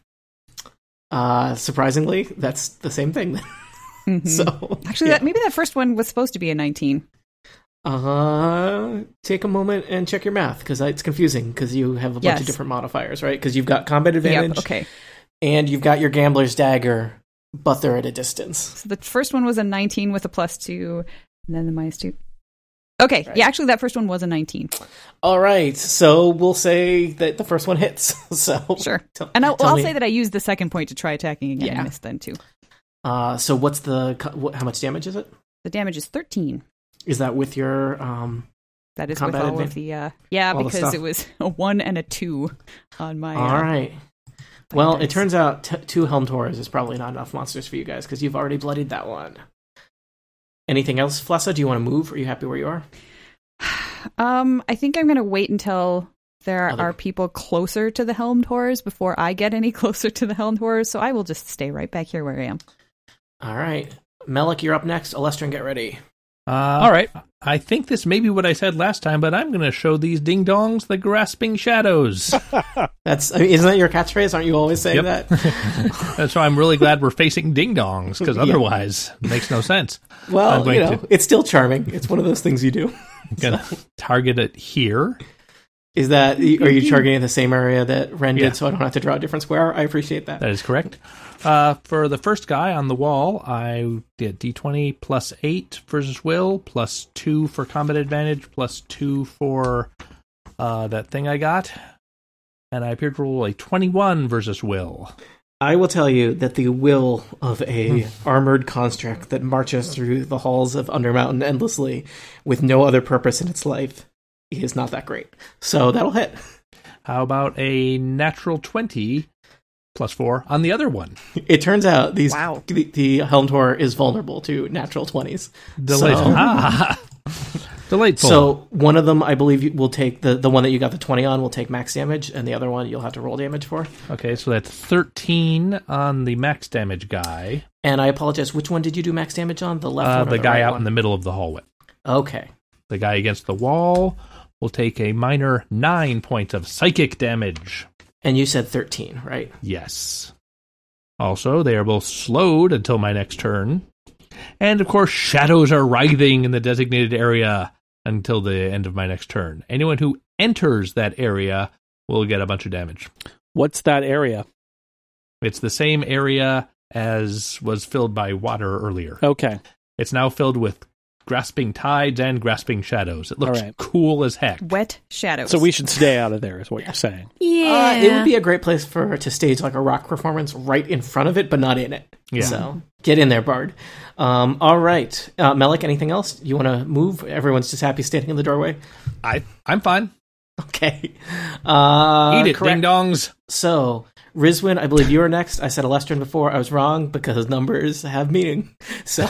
Speaker 2: Uh, surprisingly, that's the same thing. Hmm.
Speaker 5: Mhm.
Speaker 2: so
Speaker 5: Actually,
Speaker 2: yeah.
Speaker 5: that, maybe that first one was supposed to be a 19.
Speaker 2: Uh, take a moment and check your math because it's confusing because you have a bunch
Speaker 5: Yes.
Speaker 2: of different modifiers, right? Because you've got combat advantage
Speaker 5: Yep. Okay.
Speaker 2: and you've got your gambler's dagger, but they're at a distance.
Speaker 5: So the first one was a 19 with a plus two, and then the minus two. Okay. Yeah. Actually, that first one was a 19.
Speaker 2: All right, so we'll say that the first one hits. so
Speaker 5: Sure.
Speaker 2: tell-
Speaker 5: And I'll,
Speaker 2: tell
Speaker 5: I'll
Speaker 2: me-
Speaker 5: say that I used the second point to try attacking again.
Speaker 2: Yeah.
Speaker 5: I missed then too.
Speaker 2: Uh, so what's the co- what, how much damage is it?
Speaker 5: The damage is 13.
Speaker 2: Is that with your um?
Speaker 5: That is
Speaker 2: Combat
Speaker 5: with all
Speaker 2: advan-
Speaker 5: of the. Uh, yeah,
Speaker 2: all the
Speaker 5: because
Speaker 2: stuff.
Speaker 5: it was a one and a two on my.
Speaker 2: all
Speaker 5: uh,
Speaker 2: right. Well, it
Speaker 5: dice.
Speaker 2: turns out t- two helm Taurus is probably not enough monsters for you guys because you've already bloodied that one. Anything else, Flessa? Do you want to move? Are you happy where you are?
Speaker 5: Um, I think I'm going to wait until there
Speaker 2: Other-
Speaker 5: are people closer to the helmed horrors before I get any closer to the helmed horrors. So I will just stay right back here where I am.
Speaker 2: All right. Melek, you're up next. Alestrin, get ready.
Speaker 4: Uh,
Speaker 3: All right.
Speaker 4: I think this may be what I said last time, but I'm going to show these ding dongs the grasping shadows.
Speaker 2: That's I mean, isn't that your catchphrase? Aren't you always saying
Speaker 4: Yep.
Speaker 2: that?
Speaker 4: And so I'm really glad we're facing ding dongs because otherwise it makes no sense. I'm
Speaker 2: Well,
Speaker 4: going
Speaker 2: you know,
Speaker 4: to-
Speaker 2: it's still charming. It's one of those things you do.
Speaker 4: I'm going to target it here.
Speaker 2: Is that are you targeting the same area that Ren did,
Speaker 4: Yeah.
Speaker 2: so I don't have to draw a different square? I appreciate that.
Speaker 4: That is correct. Uh, for the first guy on the wall, I did d20 plus 8 versus will, plus 2 for combat advantage, plus 2 for uh, that thing I got. And I appeared to roll a 21 versus will.
Speaker 2: I will tell you that the will of a armored construct that marches through the halls of Undermountain endlessly with no other purpose in its life is not that great. So that'll hit.
Speaker 4: How about a natural 20 plus four on the other one.
Speaker 2: It turns out these
Speaker 5: Wow.
Speaker 2: the, the helm tour is vulnerable to natural twenties.
Speaker 4: Delightful.
Speaker 2: So-
Speaker 4: Ah. Delightful.
Speaker 2: So one of them, I believe, will take the the one that you got the twenty on will take max damage, and the other one you'll have to roll damage for.
Speaker 4: okay, so that's 13 on the max damage guy,
Speaker 2: And I apologize. Which one did you do max damage on? The left
Speaker 4: uh,
Speaker 2: one, or
Speaker 4: the guy
Speaker 2: right
Speaker 4: out
Speaker 2: one?
Speaker 4: in the middle of the hallway.
Speaker 2: Okay.
Speaker 4: The guy against the wall will take a minor nine points of psychic damage.
Speaker 2: And you said thirteen, right?
Speaker 4: Yes. Also, they are both slowed until my next turn. And of course, shadows are writhing in the designated area until the end of my next turn. Anyone who enters that area will get a bunch of damage.
Speaker 1: What's that area?
Speaker 4: It's the same area as was filled by water earlier.
Speaker 1: Okay.
Speaker 4: It's now filled with grasping tides and grasping shadows. It looks
Speaker 1: All right.
Speaker 4: cool as heck.
Speaker 5: Wet shadows.
Speaker 1: So we should stay out of there, is what you're saying.
Speaker 7: Yeah.
Speaker 2: Uh, it would be a great place for to stage like a rock performance right in front of it, but not in it.
Speaker 4: Yeah.
Speaker 2: So get in there, Bard. Um, all right, uh, Melik. Anything else you want to move? Everyone's just happy standing in the doorway.
Speaker 4: I I'm fine.
Speaker 2: Okay. Uh,
Speaker 4: Eat it,
Speaker 2: correct.
Speaker 4: ding dongs.
Speaker 2: So, Rizwin, I believe you were next. I said Alestrin before. I was wrong because numbers have meaning. So,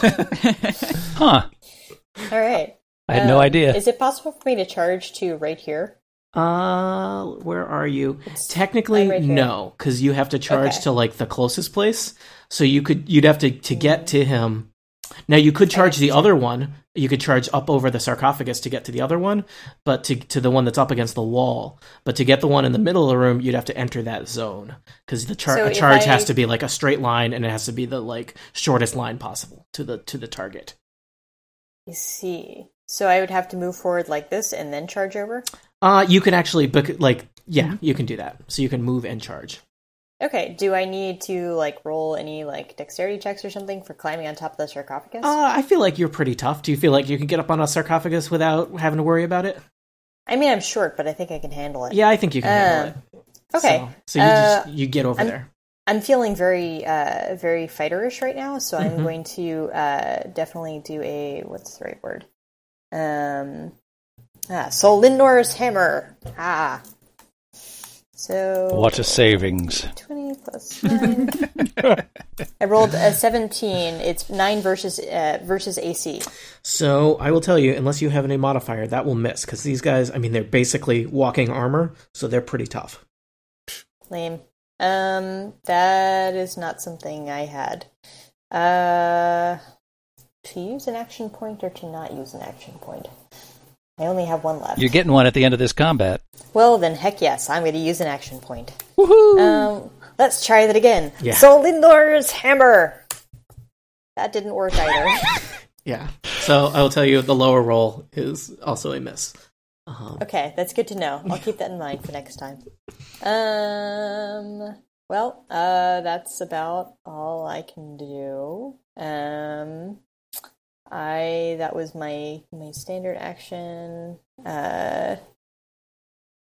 Speaker 3: Huh.
Speaker 6: All right.
Speaker 3: I had no
Speaker 6: Um,
Speaker 3: idea.
Speaker 6: Is it possible for me to charge to right here?
Speaker 2: uh, where are you? Technically,
Speaker 6: I'm right here.
Speaker 2: no, because you have to charge
Speaker 6: Okay.
Speaker 2: to like the closest place. So you could you'd have to to get to him. Now you could charge the other one. You could charge up over the sarcophagus to get to the other one, but to to the one that's up against the wall. But to get the one in the middle of the room, you'd have to enter that zone because the char-
Speaker 6: So
Speaker 2: a
Speaker 6: if
Speaker 2: charge
Speaker 6: I-
Speaker 2: has to be like a straight line, and it has to be the like shortest line possible to the to the target.
Speaker 6: You see. So I would have to move forward like this and then charge over?
Speaker 2: Uh you can actually book like yeah,
Speaker 6: Mm-hmm.
Speaker 2: you can do that. So you can move and charge.
Speaker 6: Okay. Do I need to like roll any like dexterity checks or something for climbing on top of the sarcophagus?
Speaker 2: Uh, I feel like you're pretty tough. Do you feel like you can get up on a sarcophagus without having to worry about it?
Speaker 6: I mean, I'm short, but I think I can handle it.
Speaker 2: Yeah, I think you can handle
Speaker 6: Um,
Speaker 2: it.
Speaker 6: Okay.
Speaker 2: So, so you
Speaker 6: Uh,
Speaker 2: just you get over
Speaker 6: I'm-
Speaker 2: there.
Speaker 6: I'm feeling very, uh, very fighterish right now, so
Speaker 2: Mm-hmm.
Speaker 6: I'm going to uh, definitely do a what's the right word? Um, ah, so Lindor's hammer. Ah, so
Speaker 3: What a savings.
Speaker 6: twenty plus nine. I rolled a seventeen. It's nine versus uh, versus AC.
Speaker 2: So I will tell you, unless you have any modifier, that will miss because these guys. I mean, they're basically walking armor, so they're pretty tough.
Speaker 6: Lame. Um, that is not something I had. Uh, to use an action point or to not use an action point. I only have one left.
Speaker 3: You're getting one at the end of this combat.
Speaker 6: Well, then, heck yes, I'm going to use an action point.
Speaker 3: Woohoo!
Speaker 6: Um, let's try that again.
Speaker 2: Yeah.
Speaker 6: So Lindor's hammer. That didn't work either.
Speaker 2: Yeah. So I will tell you, the lower roll is also a miss.
Speaker 6: okay, that's good to know. I'll keep that in mind for next time. Um, well, uh, that's about all I can do. Um, I that was my my standard action. Uh,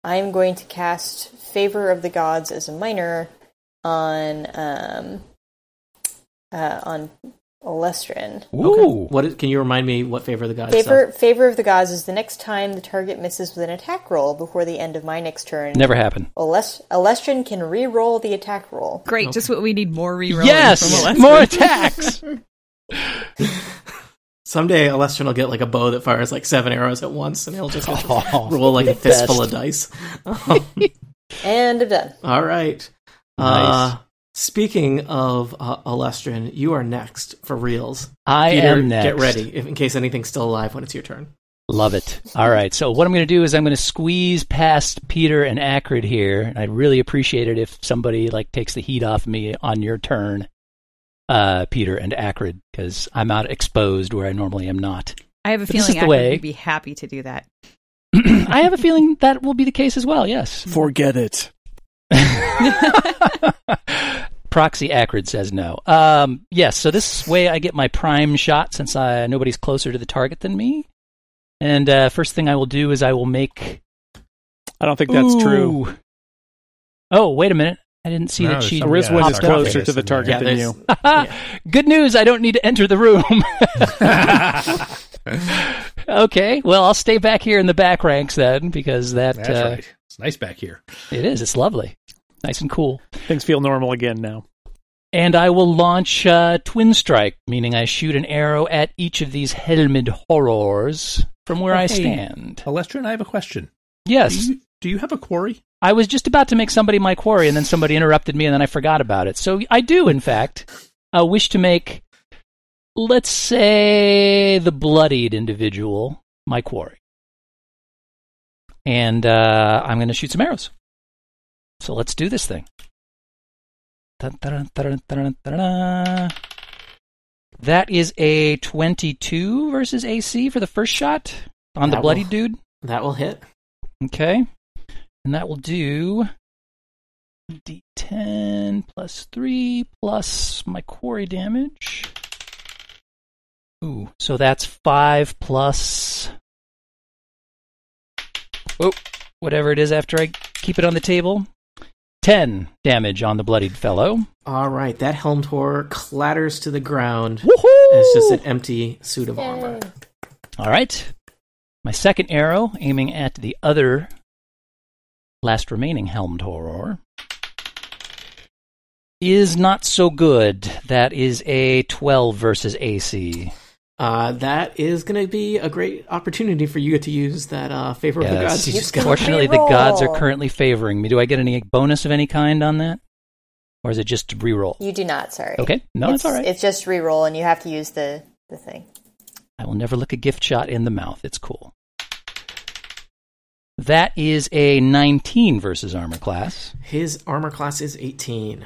Speaker 6: I'm going to cast Favor of the Gods as a minor on um uh, on Olestrin.
Speaker 3: Ooh.
Speaker 2: What is, can you remind me what favor of the gods?
Speaker 6: Favor Favor of the Gods is the next time the target misses with an attack roll before the end of my next turn.
Speaker 3: Never happened.
Speaker 6: Olest- Olestrin can re-roll the attack roll.
Speaker 5: Great, just what we need more rerolling
Speaker 3: Yes!
Speaker 5: from
Speaker 3: More attacks!
Speaker 2: Someday, Alestrin will get like a bow that fires like seven arrows at once, and he'll just like,
Speaker 3: Oh,
Speaker 2: roll like a
Speaker 3: the best.
Speaker 2: fistful of dice.
Speaker 6: And I'm done.
Speaker 2: All right.
Speaker 3: Nice.
Speaker 2: Uh, speaking of uh, Alestrin, you are next for reels.
Speaker 3: I
Speaker 2: Peter,
Speaker 3: am next.
Speaker 2: Get ready if, in case anything's still alive when it's your turn.
Speaker 3: Love it. All right. So what I'm going to do is I'm going to squeeze past Peter and Acrid here. And I'd really appreciate it if somebody like takes the heat off me on your turn, uh, Peter and Acrid, because I'm out exposed where I normally am not.
Speaker 5: I have a
Speaker 3: But this
Speaker 5: feeling
Speaker 3: is the
Speaker 5: I
Speaker 3: way-
Speaker 5: would be happy to do that.
Speaker 3: I have a feeling that will be the case as well. Yes.
Speaker 1: Forget it.
Speaker 3: Proxy Acrid says no. Um, yes, so this way I get my prime shot since I, nobody's closer to the target than me. And uh, first thing I will do is I will make.
Speaker 1: I don't think that's true.
Speaker 3: Ooh. Oh, wait a minute. I didn't see
Speaker 4: No,
Speaker 3: that she
Speaker 4: there's
Speaker 1: Rizwin
Speaker 4: Yeah,
Speaker 1: is
Speaker 3: popped up.
Speaker 1: closer to the target
Speaker 2: Yeah,
Speaker 1: than
Speaker 2: there's-
Speaker 1: you.
Speaker 3: Good news, I don't need to enter the room. okay, well, I'll stay back here in the back ranks then because that
Speaker 4: That's
Speaker 3: uh,
Speaker 4: right. It's nice back here.
Speaker 3: it is. It's lovely. nice and cool.
Speaker 1: Things feel normal again now.
Speaker 3: And I will launch uh, Twin Strike, meaning I shoot an arrow at each of these helmed horrors from where I
Speaker 4: Hey,
Speaker 3: stand.
Speaker 4: Alestrian, I have a question.
Speaker 3: Yes.
Speaker 4: Do you, do you have a quarry?
Speaker 3: I was just about to make somebody my quarry, and then somebody interrupted me, and then I forgot about it. So I do, in fact, uh, wish to make, let's say, the bloodied individual my quarry. And uh, I'm going to shoot some arrows. So let's do this thing. Dun, dun, dun, dun, dun, dun. That is a 22 versus AC for the first shot on
Speaker 2: That
Speaker 3: the
Speaker 2: will-
Speaker 3: bloodied dude.
Speaker 2: That will hit.
Speaker 3: Okay. And that will do d10 plus 3 plus my quarry damage. Ooh, so that's 5 plus. Oh, whatever it is after I keep it on the table. 10 damage on the bloodied fellow.
Speaker 2: All right, that helmed horror clatters to the ground.
Speaker 3: Woohoo!
Speaker 2: and It's just an empty suit of armor.
Speaker 3: All right. My second arrow aiming at the other last remaining helmed horror is not so good. That is a 12 versus AC.
Speaker 2: Uh, that is going to be a great opportunity for you to use that uh, favor of the gods you
Speaker 6: You
Speaker 2: just
Speaker 6: can-
Speaker 2: got.
Speaker 3: Fortunately, the
Speaker 6: Reroll.
Speaker 3: gods are currently favoring me. Do I get any bonus of any kind on that? Or is it just reroll?
Speaker 6: You do not, sorry.
Speaker 3: Okay. No,
Speaker 6: it's,
Speaker 3: it's all right.
Speaker 6: It's just re-roll, and you have to use the the thing.
Speaker 3: I will never look a gift shot in the mouth. It's cool. That is a 19 versus armor class.
Speaker 2: His armor class is 18.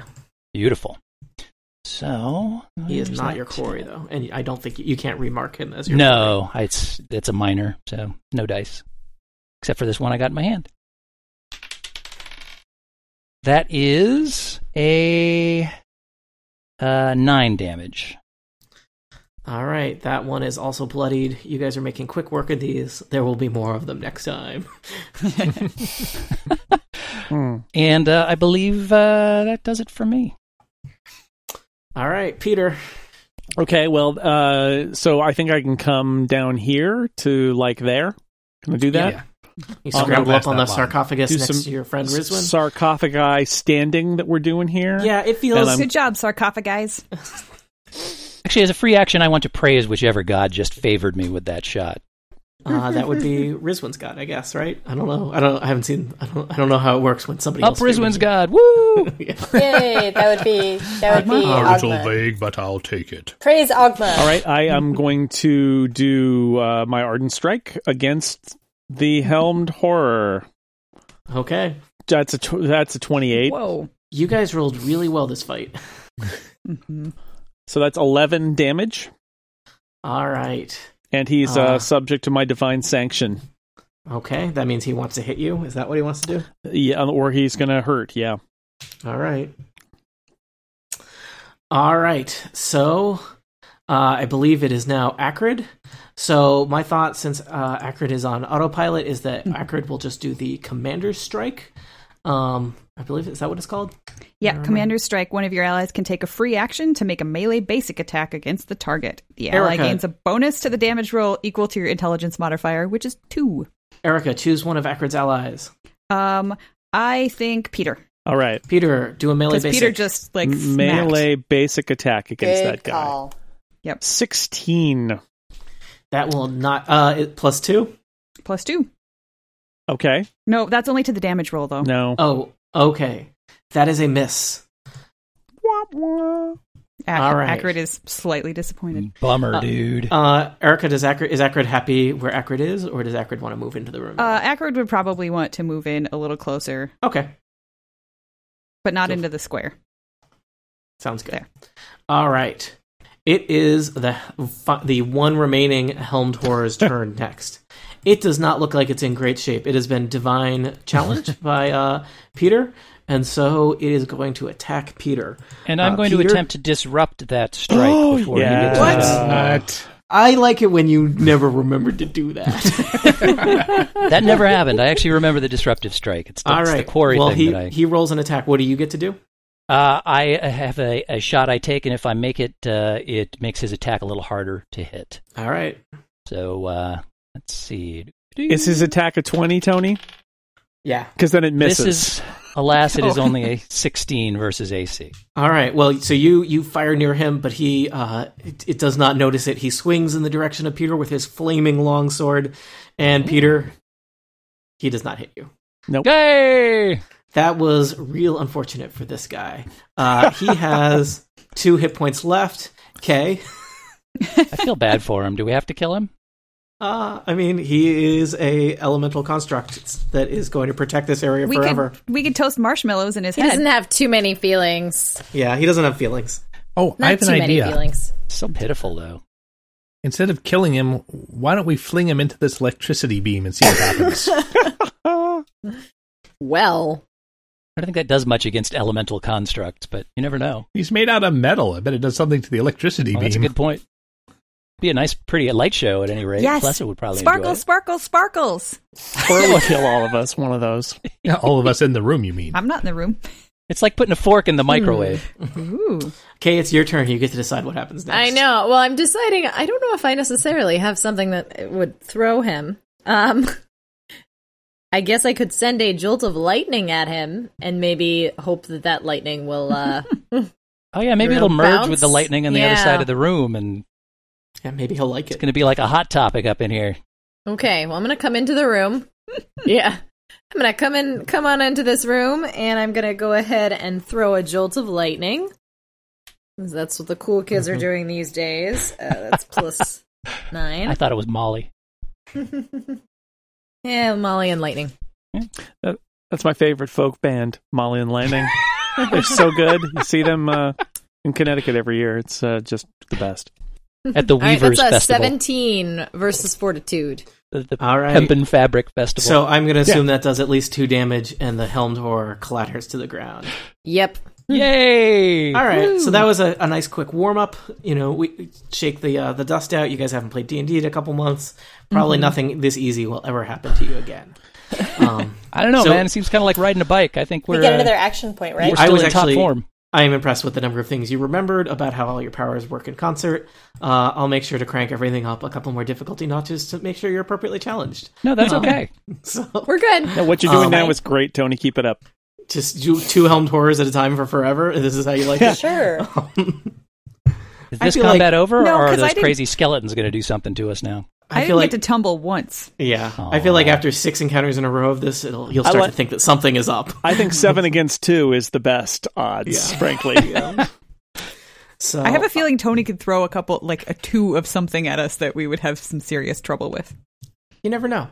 Speaker 3: Beautiful. So
Speaker 2: He is
Speaker 3: there's
Speaker 2: not
Speaker 3: that.
Speaker 2: your quarry though, and I don't think you, you can't remark him as your.
Speaker 3: No, it's it's a minor, so no dice, except for this one I got in my hand. That is a uh, nine damage.
Speaker 2: All right, that one is also bloodied. You guys are making quick work of these. There will be more of them next time.
Speaker 1: Hmm.
Speaker 3: And uh, I believe uh, that does it for me.
Speaker 2: All right, Peter.
Speaker 1: Okay, well, uh, so I think I can come down here to like there. Can I do that?
Speaker 4: Yeah.
Speaker 2: You
Speaker 1: I'll go
Speaker 2: scramble
Speaker 4: past
Speaker 2: up on
Speaker 4: that
Speaker 2: the
Speaker 4: line.
Speaker 2: sarcophagus
Speaker 1: Do
Speaker 2: next
Speaker 1: some
Speaker 2: to your friend
Speaker 1: S-
Speaker 2: Rizwin.
Speaker 1: sarcophagi standing that we're doing here.
Speaker 2: yeah, it
Speaker 1: And
Speaker 2: feels.
Speaker 1: I'm-
Speaker 5: Oh, Good job, sarcophagi guys.
Speaker 3: Actually, as a free action, I want to praise whichever god just favored me with that shot.
Speaker 2: Uh, that would be Rizwin's god, I guess, right? I don't know. I don't. I haven't seen. I don't. I don't know how it works when somebody
Speaker 3: Up
Speaker 2: else. favors
Speaker 3: Rizwin's
Speaker 2: you.
Speaker 3: god! Woo!
Speaker 2: Yeah.
Speaker 6: Yay! That would be that would be Ogma.
Speaker 4: vague, but I'll take it.
Speaker 6: Praise Ogma.
Speaker 1: All right, I am going to do uh, my ardent strike against the helmed horror.
Speaker 2: Okay,
Speaker 1: That's a tw- that's a twenty-eight.
Speaker 5: Whoa.
Speaker 2: you guys rolled really well this fight.
Speaker 5: hmm
Speaker 1: So that's eleven damage,
Speaker 2: All right.
Speaker 1: and he's uh,
Speaker 2: Ah.
Speaker 1: subject to my divine sanction.
Speaker 2: Okay, that means he wants to hit you. Is that what he wants to do?
Speaker 1: Yeah, um, or he's gonna hurt. Yeah.
Speaker 2: All right. All right. So uh, I believe it is now Acrid. So my thought, since uh, Acrid is on autopilot, is that
Speaker 5: Mm-hmm.
Speaker 2: Acrid will just do the commander's strike. Um, I believe is that what it's called?
Speaker 5: Yeah, Commander's Strike. One of your allies can take a free action to make a melee basic attack against the target. The ally
Speaker 2: Erica.
Speaker 5: gains a bonus to the damage roll equal to your intelligence modifier, which is two.
Speaker 2: Erica, choose one of Acrid's allies.
Speaker 5: Um, I think Peter.
Speaker 1: All right.
Speaker 2: Peter, do a melee
Speaker 5: Because
Speaker 2: basic.
Speaker 5: Peter just like
Speaker 1: M-
Speaker 5: smacked.
Speaker 1: melee basic attack against
Speaker 6: Good
Speaker 1: that guy.
Speaker 6: call.
Speaker 1: Sixteen.
Speaker 2: that will not uh, it- plus two.
Speaker 5: plus two.
Speaker 1: Okay.
Speaker 5: No, that's only to the damage roll though.
Speaker 1: No.
Speaker 2: Oh, okay. That is a miss.
Speaker 5: Ac-
Speaker 2: all right.
Speaker 5: Acrid is slightly disappointed.
Speaker 3: Bummer,
Speaker 2: Uh,
Speaker 3: dude.
Speaker 2: Uh, Erica, does Acrid, is Acrid happy where Acrid is, or does Acrid want to move into the room?
Speaker 5: Uh, Acrid would probably want to move in a little closer,
Speaker 2: okay.
Speaker 5: but not into the square.
Speaker 2: Sounds good.
Speaker 5: There.
Speaker 2: All right. It is the fi- the one remaining helmed horror's turn next. It does not look like it's in great shape. It has been divine challenged by uh, Peter, and so it is going to attack Peter.
Speaker 3: And I'm
Speaker 2: uh,
Speaker 3: going
Speaker 2: Peter-
Speaker 3: to attempt to disrupt that strike before he
Speaker 1: yeah.
Speaker 3: gets
Speaker 2: What?
Speaker 3: uh,
Speaker 2: I like it when you never remembered to do that.
Speaker 3: that never happened. I actually remember the disruptive strike. It's the,
Speaker 2: All
Speaker 3: it's the
Speaker 2: right.
Speaker 3: quarry
Speaker 2: well,
Speaker 3: thing
Speaker 2: he
Speaker 3: that I.
Speaker 2: he rolls an attack. What do you get to do?
Speaker 3: Uh, I have a, a shot I take, and if I make it, uh, it makes his attack a little harder to hit.
Speaker 2: All right.
Speaker 3: So uh, let's see.
Speaker 1: Is his attack a twenty, Tony?
Speaker 2: Yeah.
Speaker 1: because then it misses.
Speaker 3: This is, alas, it
Speaker 2: Oh.
Speaker 3: is only a 16 versus AC.
Speaker 2: All right. Well, so you you fire near him, but he uh, it, it does not notice it. He swings in the direction of Peter with his flaming longsword, and Peter, he does not hit you.
Speaker 3: Yay!
Speaker 2: That was real unfortunate for this guy. Uh, he has two hit points left. Okay.
Speaker 3: I feel bad for him. Do we have to kill him?
Speaker 2: Uh, I mean, he is a elemental construct that is going to protect this area
Speaker 5: We
Speaker 2: forever.
Speaker 5: could we could toast marshmallows in his
Speaker 7: He
Speaker 5: head.
Speaker 7: doesn't have too many feelings.
Speaker 2: Yeah, he doesn't have feelings.
Speaker 4: Oh,
Speaker 7: Not
Speaker 4: I have
Speaker 7: too
Speaker 4: an
Speaker 7: many
Speaker 4: idea.
Speaker 7: feelings.
Speaker 3: So pitiful, though.
Speaker 4: Instead of killing him, why don't we fling him into this electricity beam and see what happens?
Speaker 7: Well,
Speaker 3: I don't think that does much against elemental constructs, but you never know.
Speaker 4: He's made out of metal. I bet it does something to the electricity
Speaker 3: Well,
Speaker 4: beam.
Speaker 3: that's a good point. Be a nice, pretty light show at any rate.
Speaker 5: Yes.
Speaker 3: Lessa would probably enjoy
Speaker 5: sparkle,
Speaker 3: it.
Speaker 5: sparkle, sparkles.
Speaker 1: or it will kill all of us. One of those.
Speaker 4: Yeah, All of us in the room, you mean?
Speaker 5: I'm not in the room.
Speaker 3: It's like putting a fork in the microwave.
Speaker 5: Ooh.
Speaker 2: Okay, it's your turn. You get to decide what happens next.
Speaker 7: I know. Well, I'm deciding. I don't know if I necessarily have something that would throw him. Um, I guess I could send a jolt of lightning at him and maybe hope that that lightning will. Uh,
Speaker 3: Oh yeah, maybe
Speaker 7: Real
Speaker 3: it'll merge
Speaker 7: bounce?
Speaker 3: with the lightning on the
Speaker 7: Yeah.
Speaker 3: other side of the room, and
Speaker 2: Yeah, maybe he'll like
Speaker 3: it's
Speaker 2: it.
Speaker 3: going to be like a hot topic up in here.
Speaker 7: okay. Well, I'm gonna come into the room. yeah, I'm gonna come in, come on into this room, and I'm gonna go ahead and throw a jolt of lightning. 'Cause That's what the cool kids are doing these days. Uh, that's plus nine.
Speaker 3: I thought it was Molly.
Speaker 7: yeah, Molly and lightning.
Speaker 1: That's my favorite folk band, Molly and Landing. They're so good. You see them uh, in Connecticut every year. It's uh, just the best.
Speaker 3: at the
Speaker 7: All right,
Speaker 3: Weavers
Speaker 7: that's a
Speaker 3: Festival,
Speaker 7: 17 versus Fortitude.
Speaker 3: the, the
Speaker 2: All right.
Speaker 3: hemp and fabric festival.
Speaker 2: So I'm going to assume that does at least two damage, and the helmed horror clatters to the ground.
Speaker 7: Yep.
Speaker 3: yay!
Speaker 2: All right, so that was a, a nice quick warm up. You know, we we shake the uh, the dust out. You guys haven't played D and D in a couple months. Probably nothing this easy will ever happen to you again. Um,
Speaker 3: I don't know,
Speaker 2: So-
Speaker 3: man. It seems kind of like riding a bike. I think
Speaker 6: We
Speaker 3: we're
Speaker 6: get
Speaker 3: uh,
Speaker 6: another action point, right?
Speaker 3: we're
Speaker 2: I
Speaker 3: still
Speaker 2: was
Speaker 3: in
Speaker 2: actually-
Speaker 3: top form.
Speaker 2: I am impressed with the number of things you remembered about how all your powers work in concert. Uh, I'll make sure to crank everything up a couple more difficulty notches to make sure you're appropriately challenged.
Speaker 3: No, that's okay.
Speaker 2: So
Speaker 7: We're good.
Speaker 1: Now, what you're doing
Speaker 2: Um,
Speaker 1: now is great, Tony. Keep it up.
Speaker 2: just do two helmed horrors at a time for forever. This is how you like it.
Speaker 6: Sure.
Speaker 3: Is
Speaker 2: I
Speaker 3: this
Speaker 2: feel like-
Speaker 3: combat over,
Speaker 5: No,
Speaker 3: or are
Speaker 5: 'cause I
Speaker 3: those
Speaker 5: didn't-
Speaker 3: crazy skeletons going to do something to us now?
Speaker 2: feel
Speaker 5: I, didn't
Speaker 2: like
Speaker 5: get to tumble once.
Speaker 2: yeah. I feel like after six encounters in a row of this, it'll you'll
Speaker 1: I
Speaker 2: start
Speaker 1: like-
Speaker 2: to think that something is up.
Speaker 1: I think seven against two is the best odds,
Speaker 2: Yeah.
Speaker 1: frankly.
Speaker 2: So
Speaker 5: I have a feeling Tony could throw a couple, like a two of something at us that we would have some serious trouble with.
Speaker 2: You never know.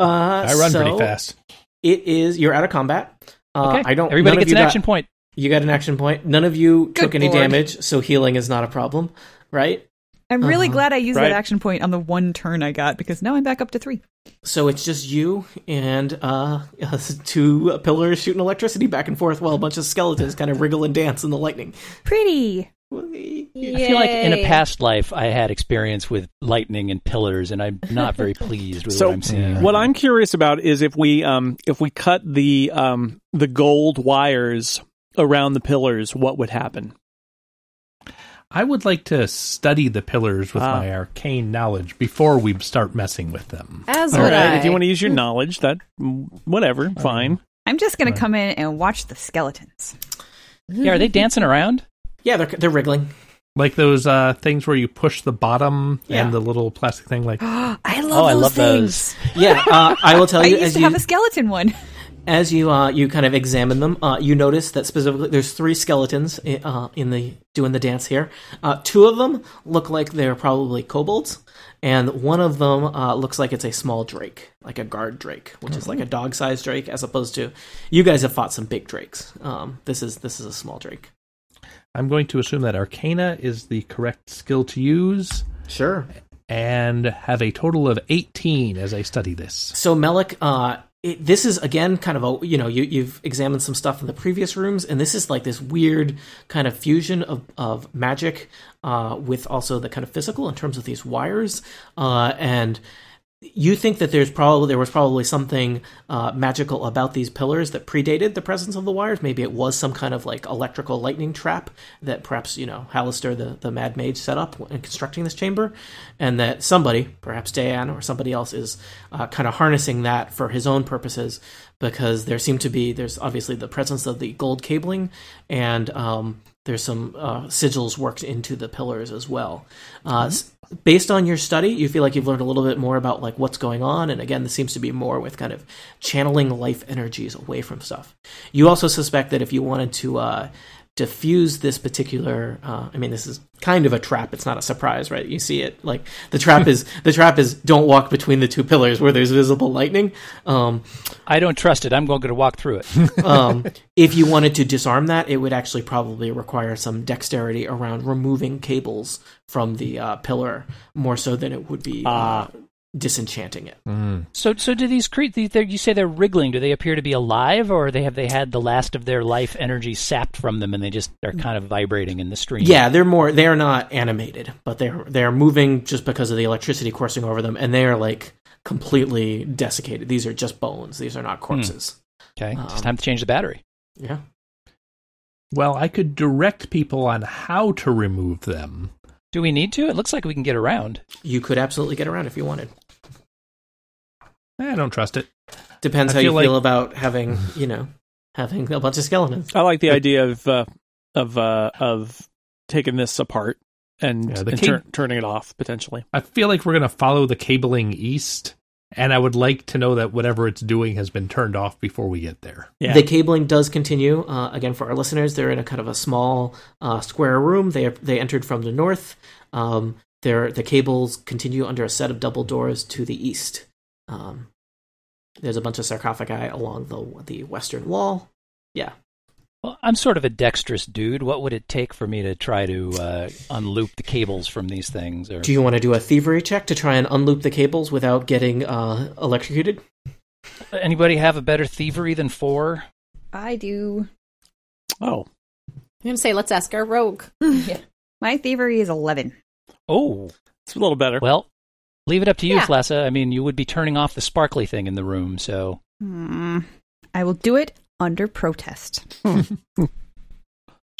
Speaker 2: Uh, I
Speaker 4: I run pretty fast.
Speaker 2: It is you're out of combat. Uh,
Speaker 3: Okay,
Speaker 2: I don't.
Speaker 3: Everybody
Speaker 2: none of
Speaker 3: gets
Speaker 2: you
Speaker 3: an
Speaker 2: got-
Speaker 3: action point.
Speaker 2: You got an action point. None of you
Speaker 5: Good
Speaker 2: took any
Speaker 5: lord.
Speaker 2: damage, so healing is not a problem, right?
Speaker 5: I'm really
Speaker 2: Uh-huh.
Speaker 5: glad I used
Speaker 1: Right.
Speaker 5: that action point on the one turn I got because now I'm back up to three.
Speaker 2: So it's just you and uh, two pillars shooting electricity back and forth, while a bunch of skeletons kind of wriggle and dance in the lightning.
Speaker 5: Pretty.
Speaker 3: I feel like in a past life I had experience with lightning and pillars, and I'm not very pleased with
Speaker 1: So,
Speaker 3: what I'm seeing.
Speaker 1: What I'm curious about is if we um, if we cut the um, the gold wires around the pillars, what would happen?
Speaker 4: I would like to study the pillars with
Speaker 1: Ah.
Speaker 4: my arcane knowledge before we start messing with them.
Speaker 7: As
Speaker 1: All
Speaker 7: would
Speaker 1: right,
Speaker 7: I.
Speaker 1: if you want to use your knowledge, that
Speaker 2: Mm,
Speaker 1: whatever, fine.
Speaker 5: I'm just going
Speaker 4: Right.
Speaker 5: to come in and watch the skeletons.
Speaker 3: yeah, are they dancing around?
Speaker 2: Yeah, they're they're wriggling.
Speaker 4: Like those uh, things where you push the bottom
Speaker 2: Yeah.
Speaker 4: and the little plastic thing, like
Speaker 5: I love
Speaker 3: Oh,
Speaker 5: those
Speaker 3: I love
Speaker 5: things.
Speaker 2: Yeah, uh, I will tell
Speaker 5: I
Speaker 2: you
Speaker 5: used
Speaker 2: as
Speaker 5: to
Speaker 2: you
Speaker 5: have a skeleton one.
Speaker 2: as you uh, you kind of examine them, uh, you notice that specifically there's three skeletons i- uh, in the doing the dance here. Uh, two of them look like they're probably kobolds, and one of them uh, looks like it's a small drake, like a guard drake, which is like a dog-sized drake, as opposed to you guys have fought some big drakes. Um, this is this is a small drake.
Speaker 4: I'm going to assume that Arcana is the correct skill to use
Speaker 2: Sure.
Speaker 4: and have a total of 18 as I study this.
Speaker 2: So Melik, uh, it, this is again kind of a you know you, you've examined some stuff in the previous rooms, and this is like this weird kind of fusion of of magic uh, with also the kind of physical in terms of these wires uh, and. you think that there's probably there was probably something uh, magical about these pillars that predated the presence of the wires. Maybe it was some kind of like electrical lightning trap that perhaps you know Hallister the the Mad Mage set up in constructing this chamber, and that somebody, perhaps Diane or somebody else, is uh, kind of harnessing that for his own purposes because there seem to be there's obviously the presence of the gold cabling and um, there's some uh, sigils worked into the pillars as well. Uh, s- Based on your study, you feel like you've learned a little bit more about like what's going on, and again, this seems to be more with kind of channeling life energies away from stuff. You also suspect that if you wanted to uh, diffuse this particular, uh, I mean, this is kind of a trap. It's not a surprise, right? You see it like the trap is the trap is don't walk between the two pillars where there's visible lightning. Um,
Speaker 3: I don't trust it. I'm going to walk through it.
Speaker 2: um, if you wanted to disarm that, it would actually probably require some dexterity around removing cables from the uh, pillar more so than it would be
Speaker 4: Ah.
Speaker 2: uh, disenchanting it.
Speaker 3: So, so do these creatures? You say they're wriggling. Do they appear to be alive, or they have they had the last of their life energy sapped from them, and they just are kind of vibrating in the stream?
Speaker 2: Yeah, they're more they're not animated, but they're they're moving just because of the electricity coursing over them, and they are like completely desiccated. These are just bones. These are not
Speaker 4: Hmm.
Speaker 2: corpses.
Speaker 3: Okay.
Speaker 2: Um,
Speaker 3: it's time to change the battery.
Speaker 2: Yeah.
Speaker 4: Well, I could direct people on how to remove them.
Speaker 3: Do we need to? It looks like we can get around.
Speaker 2: You could absolutely get around if you wanted.
Speaker 4: Eh, I don't trust it.
Speaker 2: Depends
Speaker 4: I
Speaker 2: how
Speaker 4: feel
Speaker 2: you feel
Speaker 4: like-
Speaker 2: about having, you know, having a bunch of skeletons.
Speaker 1: I like the idea of uh, of uh, of taking this apart and,
Speaker 4: Yeah, the
Speaker 1: and
Speaker 4: key-
Speaker 1: tur- turning it off potentially.
Speaker 4: I feel like we're going to follow the cabling east, and I would like to know that whatever it's doing has been turned off before we get there.
Speaker 1: Yeah,
Speaker 2: The cabling does continue. Uh, again, for our listeners, they're in a kind of a small uh, square room. They they entered from the north. Um, there, the cables continue under a set of double doors to the east. Um, there's a bunch of sarcophagi along the the western wall. Yeah,
Speaker 3: Well, I'm sort of a dexterous dude. What would it take for me to try to uh, unloop the cables from these things? Or
Speaker 2: do you want to do a thievery check to try and unloop the cables without getting uh, electrocuted?
Speaker 3: anybody have a better thievery than four?
Speaker 5: I do.
Speaker 1: Oh,
Speaker 7: I'm gonna say, let's ask our rogue.
Speaker 5: My thievery is 11.
Speaker 3: Oh,
Speaker 1: it's a little better.
Speaker 3: well, leave it up to you,
Speaker 7: Yeah.
Speaker 3: Flassa. I mean, you would be turning off the sparkly thing in the room, so
Speaker 5: Hmm. I will do it under protest.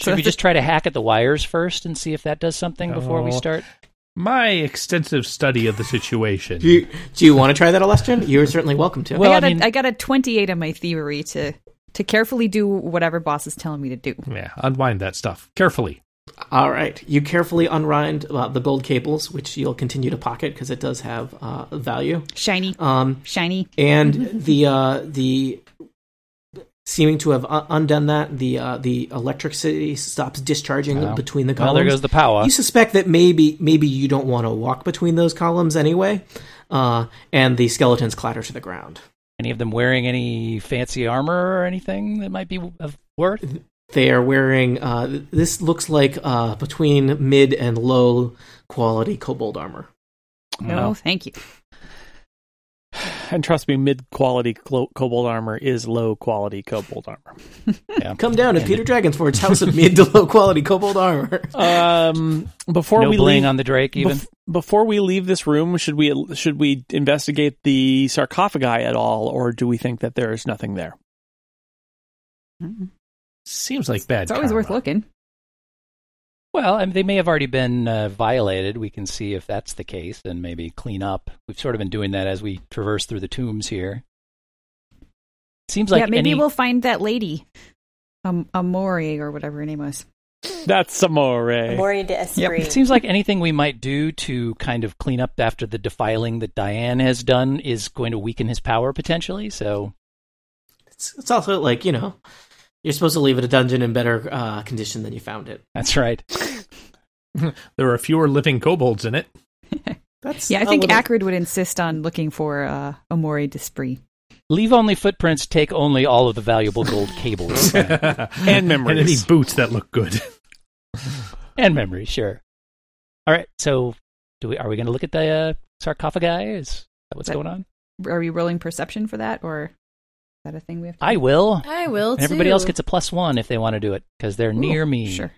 Speaker 3: should we just try to hack at the wires first and see if that does something before we
Speaker 1: Oh.
Speaker 4: No.
Speaker 3: start?
Speaker 4: My extensive study of the situation.
Speaker 2: Do you, do you want to try that, Alestian? You're certainly welcome to.
Speaker 3: Well,
Speaker 5: I, got
Speaker 3: I
Speaker 5: a I
Speaker 3: mean-
Speaker 5: got a 28 on my thievery to to carefully do whatever boss is telling me to do.
Speaker 4: yeah, unwind that stuff carefully.
Speaker 2: All right. You carefully unwind uh, the gold cables, which you'll continue to pocket because it does have uh, value.
Speaker 5: Shiny,
Speaker 3: Oh.
Speaker 2: Um,
Speaker 5: shiny.
Speaker 2: and the uh, the seeming to have uh, undone that the uh, the electricity stops discharging
Speaker 3: Wow.
Speaker 2: between the
Speaker 3: Well,
Speaker 2: columns.
Speaker 3: there goes the power.
Speaker 2: you suspect that maybe maybe you don't want to walk between those columns anyway, uh, and the skeletons clatter to the ground.
Speaker 3: Any of them wearing any fancy armor or anything that might be of worth?
Speaker 2: They are wearing uh, this looks like uh, between mid and low quality kobold armor.
Speaker 5: No, thank you.
Speaker 1: And trust me, mid quality clo- cobalt armor is low quality cobalt armor.
Speaker 3: Yeah.
Speaker 2: Come down to
Speaker 3: And
Speaker 2: Peter Dragonforge's house of mid to low quality kobold armor.
Speaker 1: Um, before
Speaker 3: no
Speaker 1: we
Speaker 3: bling
Speaker 1: leave,
Speaker 3: on the Drake, even.
Speaker 1: bef- before we leave this room, should we should we investigate the sarcophagi at all, or do we think that there is nothing there?
Speaker 4: Seems like bad.
Speaker 5: It's always worth
Speaker 4: karma.
Speaker 5: looking.
Speaker 3: Well, I mean, they may have already been uh, violated. We can see if that's the case and maybe clean up. We've sort of been doing that as we traverse through the tombs here. Seems like
Speaker 5: yeah, maybe
Speaker 3: any-
Speaker 5: we'll find that lady, um, Amori or whatever her name was.
Speaker 1: That's eh, Amore.
Speaker 6: Amori de Esprit.
Speaker 3: It seems like anything we might do to kind of clean up after the defiling that Diane has done is going to weaken his power potentially. So,
Speaker 2: It's, it's also like you know, you're supposed to leave it a dungeon in better uh, condition than you found it.
Speaker 3: that's right.
Speaker 4: There are fewer living kobolds in it.
Speaker 2: That's
Speaker 5: Yeah, I
Speaker 2: a
Speaker 5: think
Speaker 2: little-
Speaker 5: Acrid would insist on looking for uh, Amori Despree.
Speaker 3: Leave only footprints, take only all of the valuable gold cables
Speaker 4: and
Speaker 1: memories.
Speaker 4: And any boots that look good.
Speaker 3: and memories, sure. All right. So, do we are we going to look at the uh, sarcophagi? Is that what's
Speaker 5: That-
Speaker 3: going on?
Speaker 5: Are we rolling perception for that, or is that a thing we have to
Speaker 3: I will.
Speaker 7: I will.
Speaker 3: And everybody else
Speaker 7: too.
Speaker 3: gets a plus one if they want to do it because they're near
Speaker 5: Ooh,
Speaker 3: me.
Speaker 5: Sure.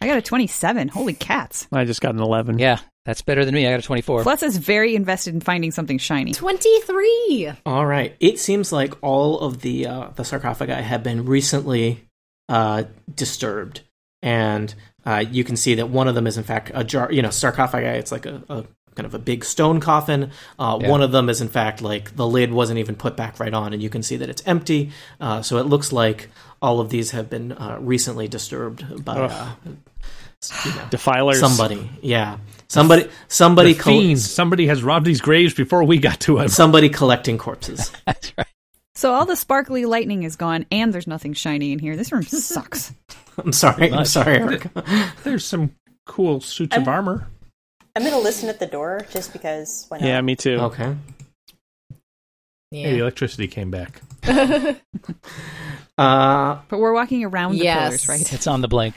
Speaker 5: I got a 27. Holy cats.
Speaker 1: I just got an eleven.
Speaker 3: Yeah. That's better than me. I got a 24.
Speaker 5: Plus, is very invested in finding something shiny.
Speaker 7: 23.
Speaker 2: All right. It seems like all of the uh, the sarcophagi have been recently uh, disturbed, and uh, you can see that one of them is in fact a jar. You know, sarcophagi. It's like a, a kind of a big stone coffin. Uh,
Speaker 3: Yeah.
Speaker 2: One of them is in fact like the lid wasn't even put back right on, and you can see that it's empty. Uh, so it looks like all of these have been uh, recently disturbed by uh, you know,
Speaker 1: Defilers.
Speaker 2: somebody. Yeah, somebody. Somebody.
Speaker 4: The
Speaker 2: col-
Speaker 4: fiend. Somebody has robbed these graves before we got to him.
Speaker 2: somebody collecting corpses.
Speaker 3: That's right.
Speaker 5: So all the sparkly lightning is gone, and there's nothing shiny in here. This room sucks.
Speaker 2: I'm sorry. I'm
Speaker 3: Nice.
Speaker 2: sorry, Eric.
Speaker 4: There's some cool suits of
Speaker 6: I'm-
Speaker 4: armor.
Speaker 6: I'm gonna listen at the door just because. Why not?
Speaker 1: Yeah, me too.
Speaker 2: Okay.
Speaker 4: Hey, the
Speaker 7: Yeah.
Speaker 4: electricity came back.
Speaker 2: Uh,
Speaker 5: But we're walking around
Speaker 7: Yes.
Speaker 5: the pillars, right?
Speaker 3: It's on the blink.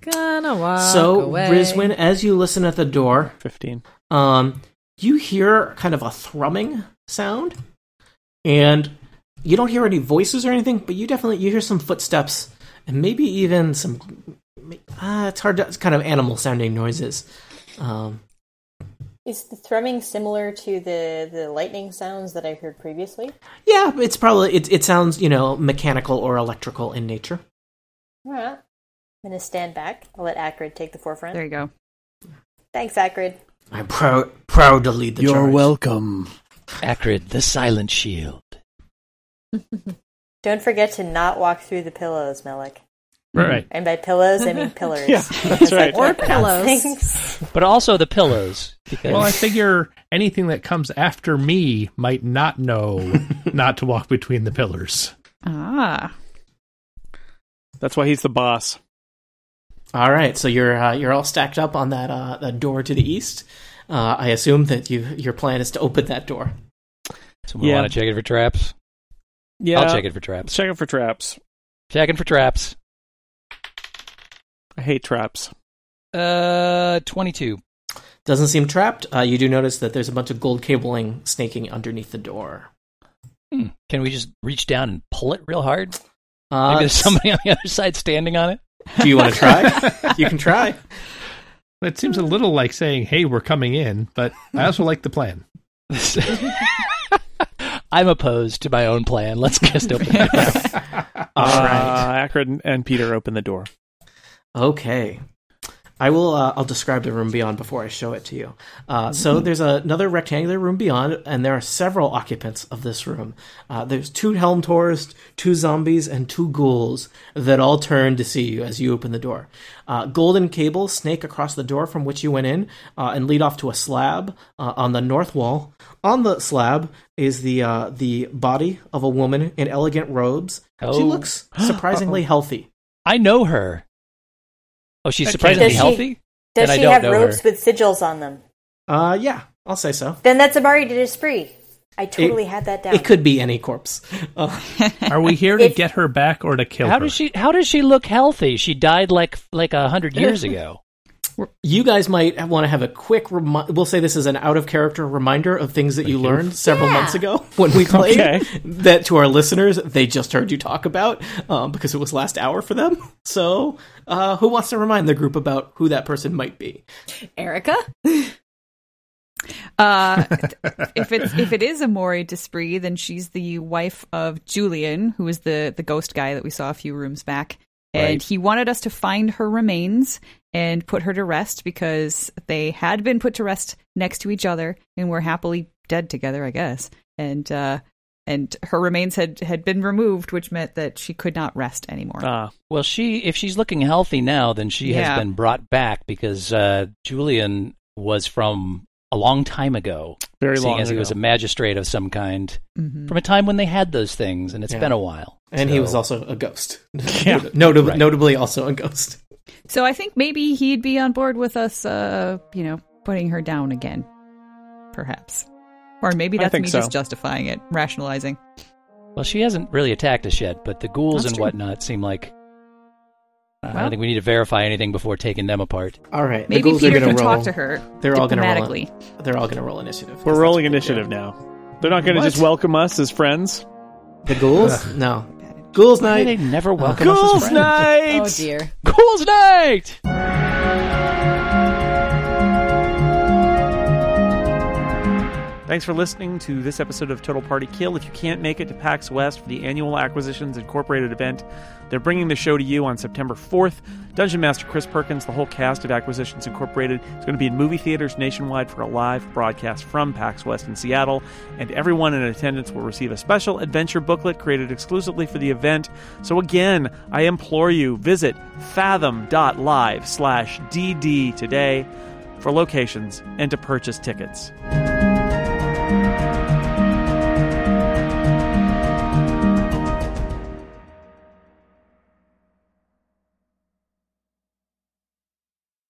Speaker 7: Gonna walk
Speaker 2: Uh, so
Speaker 7: away.
Speaker 2: Rizwin, as you listen at the door,
Speaker 1: 15.
Speaker 2: um, you hear kind of a thrumming sound, and you don't hear any voices or anything, but you definitely you hear some footsteps and maybe even some. Uh, it's hard to it's kind of animal sounding noises. Um,
Speaker 6: Is the thrumming similar to the the lightning sounds that I heard previously?
Speaker 2: yeah, it's probably it. It sounds you know mechanical or electrical in nature.
Speaker 6: All right. I'm gonna stand back. I'll let Acrid take the forefront.
Speaker 5: There you go.
Speaker 6: Thanks, Acrid.
Speaker 2: I'm proud proud to lead the charge.
Speaker 1: welcome.
Speaker 3: Acrid, the silent shield.
Speaker 6: Don't forget to not walk through the pillows, Melik.
Speaker 4: Right.
Speaker 6: And by pillows, I mean pillars.
Speaker 1: Yeah, that's right.
Speaker 7: Or
Speaker 6: pronounce
Speaker 7: pillows.
Speaker 6: things.
Speaker 3: But also the pillows. Because
Speaker 4: Well, I figure anything that comes after me might not know not to walk between the pillars.
Speaker 5: Ah,
Speaker 1: That's why he's the boss.
Speaker 2: All right, so you're uh, you're all stacked up on that uh, that door to the east. Uh, I assume that you your plan is to open that door.
Speaker 3: Someone
Speaker 1: Yeah.
Speaker 3: want to check it for traps?
Speaker 1: Yeah.
Speaker 3: I'll check it for traps.
Speaker 1: Check it for traps.
Speaker 3: Checking for traps.
Speaker 1: I hate traps.
Speaker 3: Uh, 22.
Speaker 2: Doesn't seem trapped. Uh, you do notice that there's a bunch of gold cabling snaking underneath the door.
Speaker 3: Hmm. Can we just reach down and pull it real hard? Maybe
Speaker 2: Uh,
Speaker 3: there's somebody on the other side standing on it.
Speaker 2: do you want to try? you can try.
Speaker 4: It seems a little like saying, "Hey, we're coming in," but I also like the plan.
Speaker 3: I'm opposed to my own plan. Let's just open it.
Speaker 2: All
Speaker 1: uh,
Speaker 2: right.
Speaker 1: Akron and Peter open the door.
Speaker 2: Okay. I will. Uh, I'll describe the room beyond before I show it to you. Uh, so there's a, another rectangular room beyond, and there are several occupants of this room. Uh, there's two helm tours, two zombies, and two ghouls that all turn to see you as you open the door. Uh, golden cables snake across the door from which you went in, uh, and lead off to a slab uh, on the north wall. On the slab is the uh, the body of a woman in elegant robes. She
Speaker 3: Oh.
Speaker 2: looks surprisingly healthy.
Speaker 3: I know her. Oh, she's
Speaker 4: Okay.
Speaker 3: surprisingly
Speaker 6: Does she-
Speaker 3: healthy.
Speaker 6: Does
Speaker 3: And I
Speaker 6: she
Speaker 3: don't
Speaker 6: have
Speaker 3: know her.
Speaker 6: robes with sigils on them?
Speaker 2: Uh, yeah, I'll say so.
Speaker 6: Then that's Amari to Despree. I totally had that down.
Speaker 2: It could be any corpse. Uh,
Speaker 4: Are we here to
Speaker 6: If-
Speaker 4: get her back or to kill
Speaker 3: How
Speaker 4: her?
Speaker 3: does she? How does she look healthy? She died like like a hundred years ago.
Speaker 2: you guys might want to have a quick reminder. We'll say this is an out of character reminder of things that you learned several
Speaker 7: Yeah.
Speaker 2: months ago when we played.
Speaker 1: Okay.
Speaker 2: That to our listeners, they just heard you talk about um, because it was last hour for them. So, uh, who wants to remind the group about who that person might be?
Speaker 7: Erica?
Speaker 5: Uh, if it's if it is Amori Despree, then she's the wife of Julian, who is the the ghost guy that we saw a few rooms back, and
Speaker 3: Right.
Speaker 5: he wanted us to find her remains and put her to rest because they had been put to rest next to each other and were happily dead together, I guess. And uh, and her remains had had been removed, which meant that she could not rest anymore.
Speaker 1: Ah,
Speaker 3: Well, she if she's looking healthy now, then she
Speaker 5: Yeah.
Speaker 3: has been brought back because uh, Julian was from a long time ago.
Speaker 1: very
Speaker 3: seeing
Speaker 1: long
Speaker 3: as
Speaker 1: ago.
Speaker 3: he was a magistrate of some kind
Speaker 5: Mhm.
Speaker 3: from a time when they had those things, and it's
Speaker 2: Yeah.
Speaker 3: been a while.
Speaker 2: And he
Speaker 3: So-
Speaker 2: was also a ghost.
Speaker 1: Yeah.
Speaker 2: Notab-
Speaker 3: Right.
Speaker 2: Notably, also a ghost.
Speaker 5: So I think maybe he'd be on board with us, uh, you know, putting her down again, perhaps. Or maybe
Speaker 1: I
Speaker 5: that's
Speaker 1: think
Speaker 5: me
Speaker 1: so.
Speaker 5: just justifying it, rationalizing.
Speaker 3: Well, she hasn't really attacked us yet, but the ghouls
Speaker 5: That's
Speaker 3: and
Speaker 5: true.
Speaker 3: whatnot seem like. I
Speaker 5: Well-
Speaker 3: don't think we need to verify anything before taking them apart.
Speaker 2: All right. the
Speaker 5: Maybe
Speaker 2: ghouls are
Speaker 5: Peter
Speaker 2: gonna
Speaker 5: can
Speaker 2: roll.
Speaker 5: talk to her
Speaker 2: They're all going to roll.
Speaker 5: diplomatically.
Speaker 2: They're all going to roll initiative.
Speaker 1: We're rolling initiative now. They're not going to
Speaker 2: What?
Speaker 1: just welcome us as friends.
Speaker 2: The ghouls? No. Ghouls
Speaker 3: Why do
Speaker 2: night.
Speaker 3: they never welcome us as
Speaker 1: Ghouls
Speaker 3: friends?
Speaker 1: night.
Speaker 7: Oh, dear.
Speaker 3: Ghouls night.
Speaker 1: Thanks for listening to this episode of Total Party Kill. If you can't make it to PAX West for the annual Acquisitions Incorporated event, they're bringing the show to you on September 4th. Dungeon Master Chris Perkins, the whole cast of Acquisitions Incorporated, is going to be in movie theaters nationwide for a live broadcast from PAX West in Seattle, and everyone in attendance will receive a special adventure booklet created exclusively for the event. So again, I implore you, visit fathom.live slash DD today for locations and to purchase tickets.